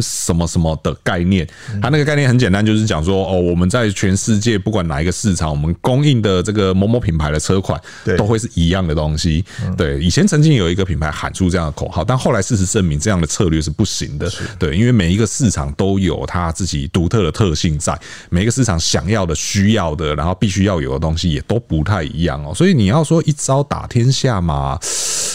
什么什么的概念，它那个概念很简单，就是讲说哦，我们在全世界不管哪一个市场，我们供应的这个某某品牌的车款对都会是一样的东西。对，以前曾经有一个品牌喊出这样的口号，但后来事实证明这样的策略是不行的。对，因为每一个市场都有它自己独特的特性在，每一个市场想要的、需要的，然后必须要有的东西也都不太一样哦。所以你要说一招打天下嘛，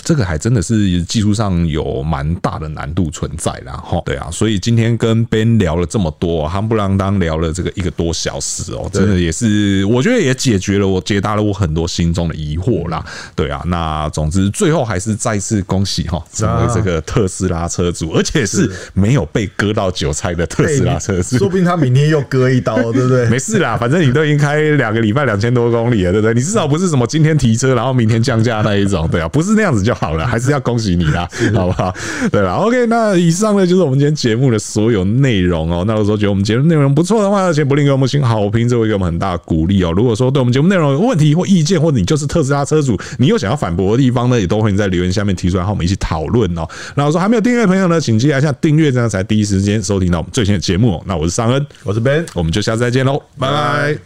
这个还真的是技术上有蛮大的难度存在啦。哈，对啊，所以今天跟 Ben 聊了这么多，夯不啷当聊了这个一个多小时哦，真的也是，我觉得也解决了我解答了我很多心中的疑惑啦。对啊，那总之最后还是再次恭喜哈，成为这个特斯拉车主，而且是没有被割到韭菜的特斯拉车主哎说。不定他明天又割一刀，对不 [LAUGHS] 对？没事啦，反正你都已经开两个礼拜两千多公里了，对不对？你至少不是什么今天提车，然后明天降价那一种，对啊，不是那样子就好了，还是要恭喜你啦，好不好？对啦 o、k 那以上呢就是我们今天节目的所有内容哦。那如果说觉得我们节目内容不错的话，请不吝给我们星好评，这会给我们很大的鼓励哦。如果说对我们节目内容有问题或意见，或者你就是特斯拉车主，你有想要反驳的地方呢，也都欢迎在留言下面提出来，和我们一起讨论哦。然后说还没有订阅的朋友呢，请记得按下订阅，这样才第一时间收听到我们最新的节目、哦。那我是尚恩，我是 Ben，我们就下次再见喽，拜拜